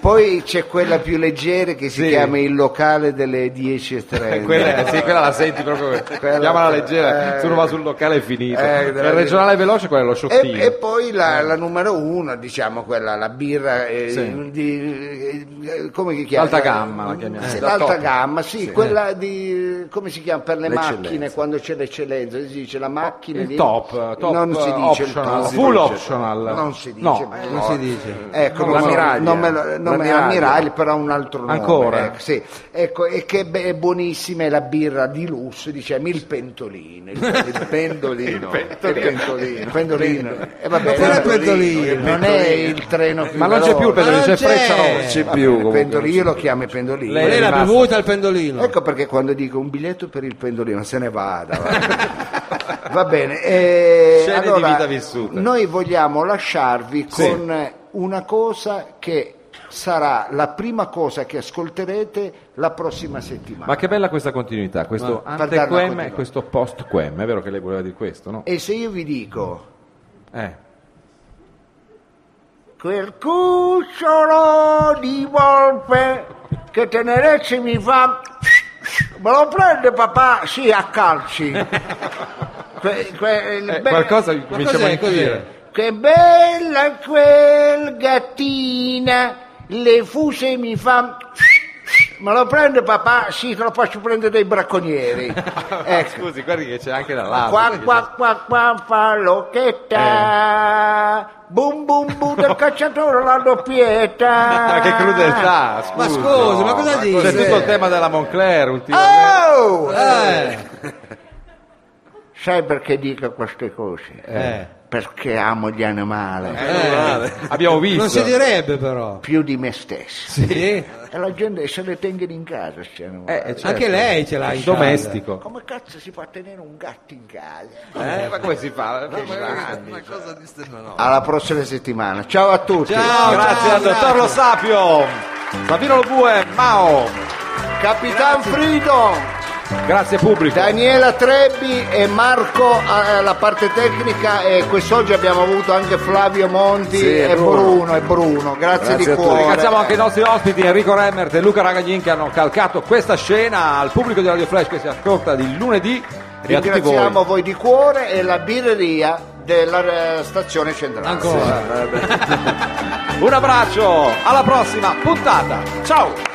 Poi c'è quella più leggera che si Sì. chiama il locale delle 10.30. Eh, quella, sì, quella la senti proprio, chiamala leggera, eh. se uno va sul locale è finito. Eh, il della- regionale veloce quello è lo E, sciottino. e poi la, Eh. la numero uno, diciamo quella, la birra eh, Sì. di, eh, come si chiama? L'alta gamma la chiamiamo. Sì, Eh, l'alta top. gamma, sì, Sì. quella di come si chiama per le L'eccellenza. macchine quando c'è l'eccellenza, si dice la macchina Oh, Il di- top, top non si dice il optional, top. full Non si dice. optional. Non si dice, No, ma- non si dice. Ecco, Non non, l'ammiraglia. non me lo, non me- L'ammiraglia. ammiraglia, però un altro nome. Ancora? Ecco, sì. Ecco, e che be- è buonissima è la birra di lusso, diciamo il pentolino. Il pentolino. Pendolino. Il pendolino. Eh, vabbè, Ma qual è il pendolino? pendolino? Non è il treno più Ma non c'è più il pendolino, veloce. c'è Freccia Rossa. Eh, C'è vabbè, più, comunque, pendolino, Io lo chiamo il pendolino. Lei Lei l'ha rimasta. bevuta il pendolino. Ecco perché quando dico un biglietto per il pendolino se ne vada. va. Va bene, eh, Scene di allora, vita vissute. noi vogliamo lasciarvi Sì. con una cosa che sarà la prima cosa che ascolterete la prossima settimana. Ma che bella questa continuità, questo Ma- Guardarla antequem e continuità. questo postquem, è vero che lei voleva dire questo, no? E se io vi dico Eh. quel cucciolo di volpe che tenerezze mi fa me lo prende papà sì a calci Que- que- il Eh, be- qualcosa cominciamo a cos'è, cos'è? intuire. che bella quel gattina le fuse mi fa me lo prende papà sì te lo faccio prendere dai bracconieri ecco Scusi, Ah, guardi che c'è anche la lava. Qua, qua, qua, qua, fa l'occhetta. Bum bum bum del cacciatore la doppietta. Ma "Ah, che crudeltà, scusi. scusi, ma cosa dici? Eh, C'è tutto il tema della Moncler ultimamente. Oh! Eh. Sai perché dico queste cose? Eh. Perché amo gli animali. Ah, Eh, abbiamo visto. Non si direbbe, però. Più di me stesso. Sì. E la gente se le tengono in casa, questi animali. Eh, certo. Anche lei ce l'ha in casa. Domestico. Come cazzo si fa a tenere un gatto in casa? Eh, ma come si fa? Che grandi. Una cosa di ste- no, no. Alla prossima settimana. Ciao a tutti. grazie al dottor Lo Sapio, Savino Lo Bue, Mao. Capitan Freedom. Grazie pubblico. Daniela Trebbi e Marco eh, alla parte tecnica e quest'oggi abbiamo avuto anche Flavio Monti Sì, e Bruno. Bruno. e Bruno, grazie, di cuore. Ringraziamo anche i nostri ospiti Enrico Remmert e Luca Ragagnin che hanno calcato questa scena al pubblico di Radio Flash che si ascolta di lunedì e a tutti voi. Ringraziamo voi di cuore e la birreria della eh, stazione centrale. Eh, Ancora. Un abbraccio, alla prossima puntata. Ciao.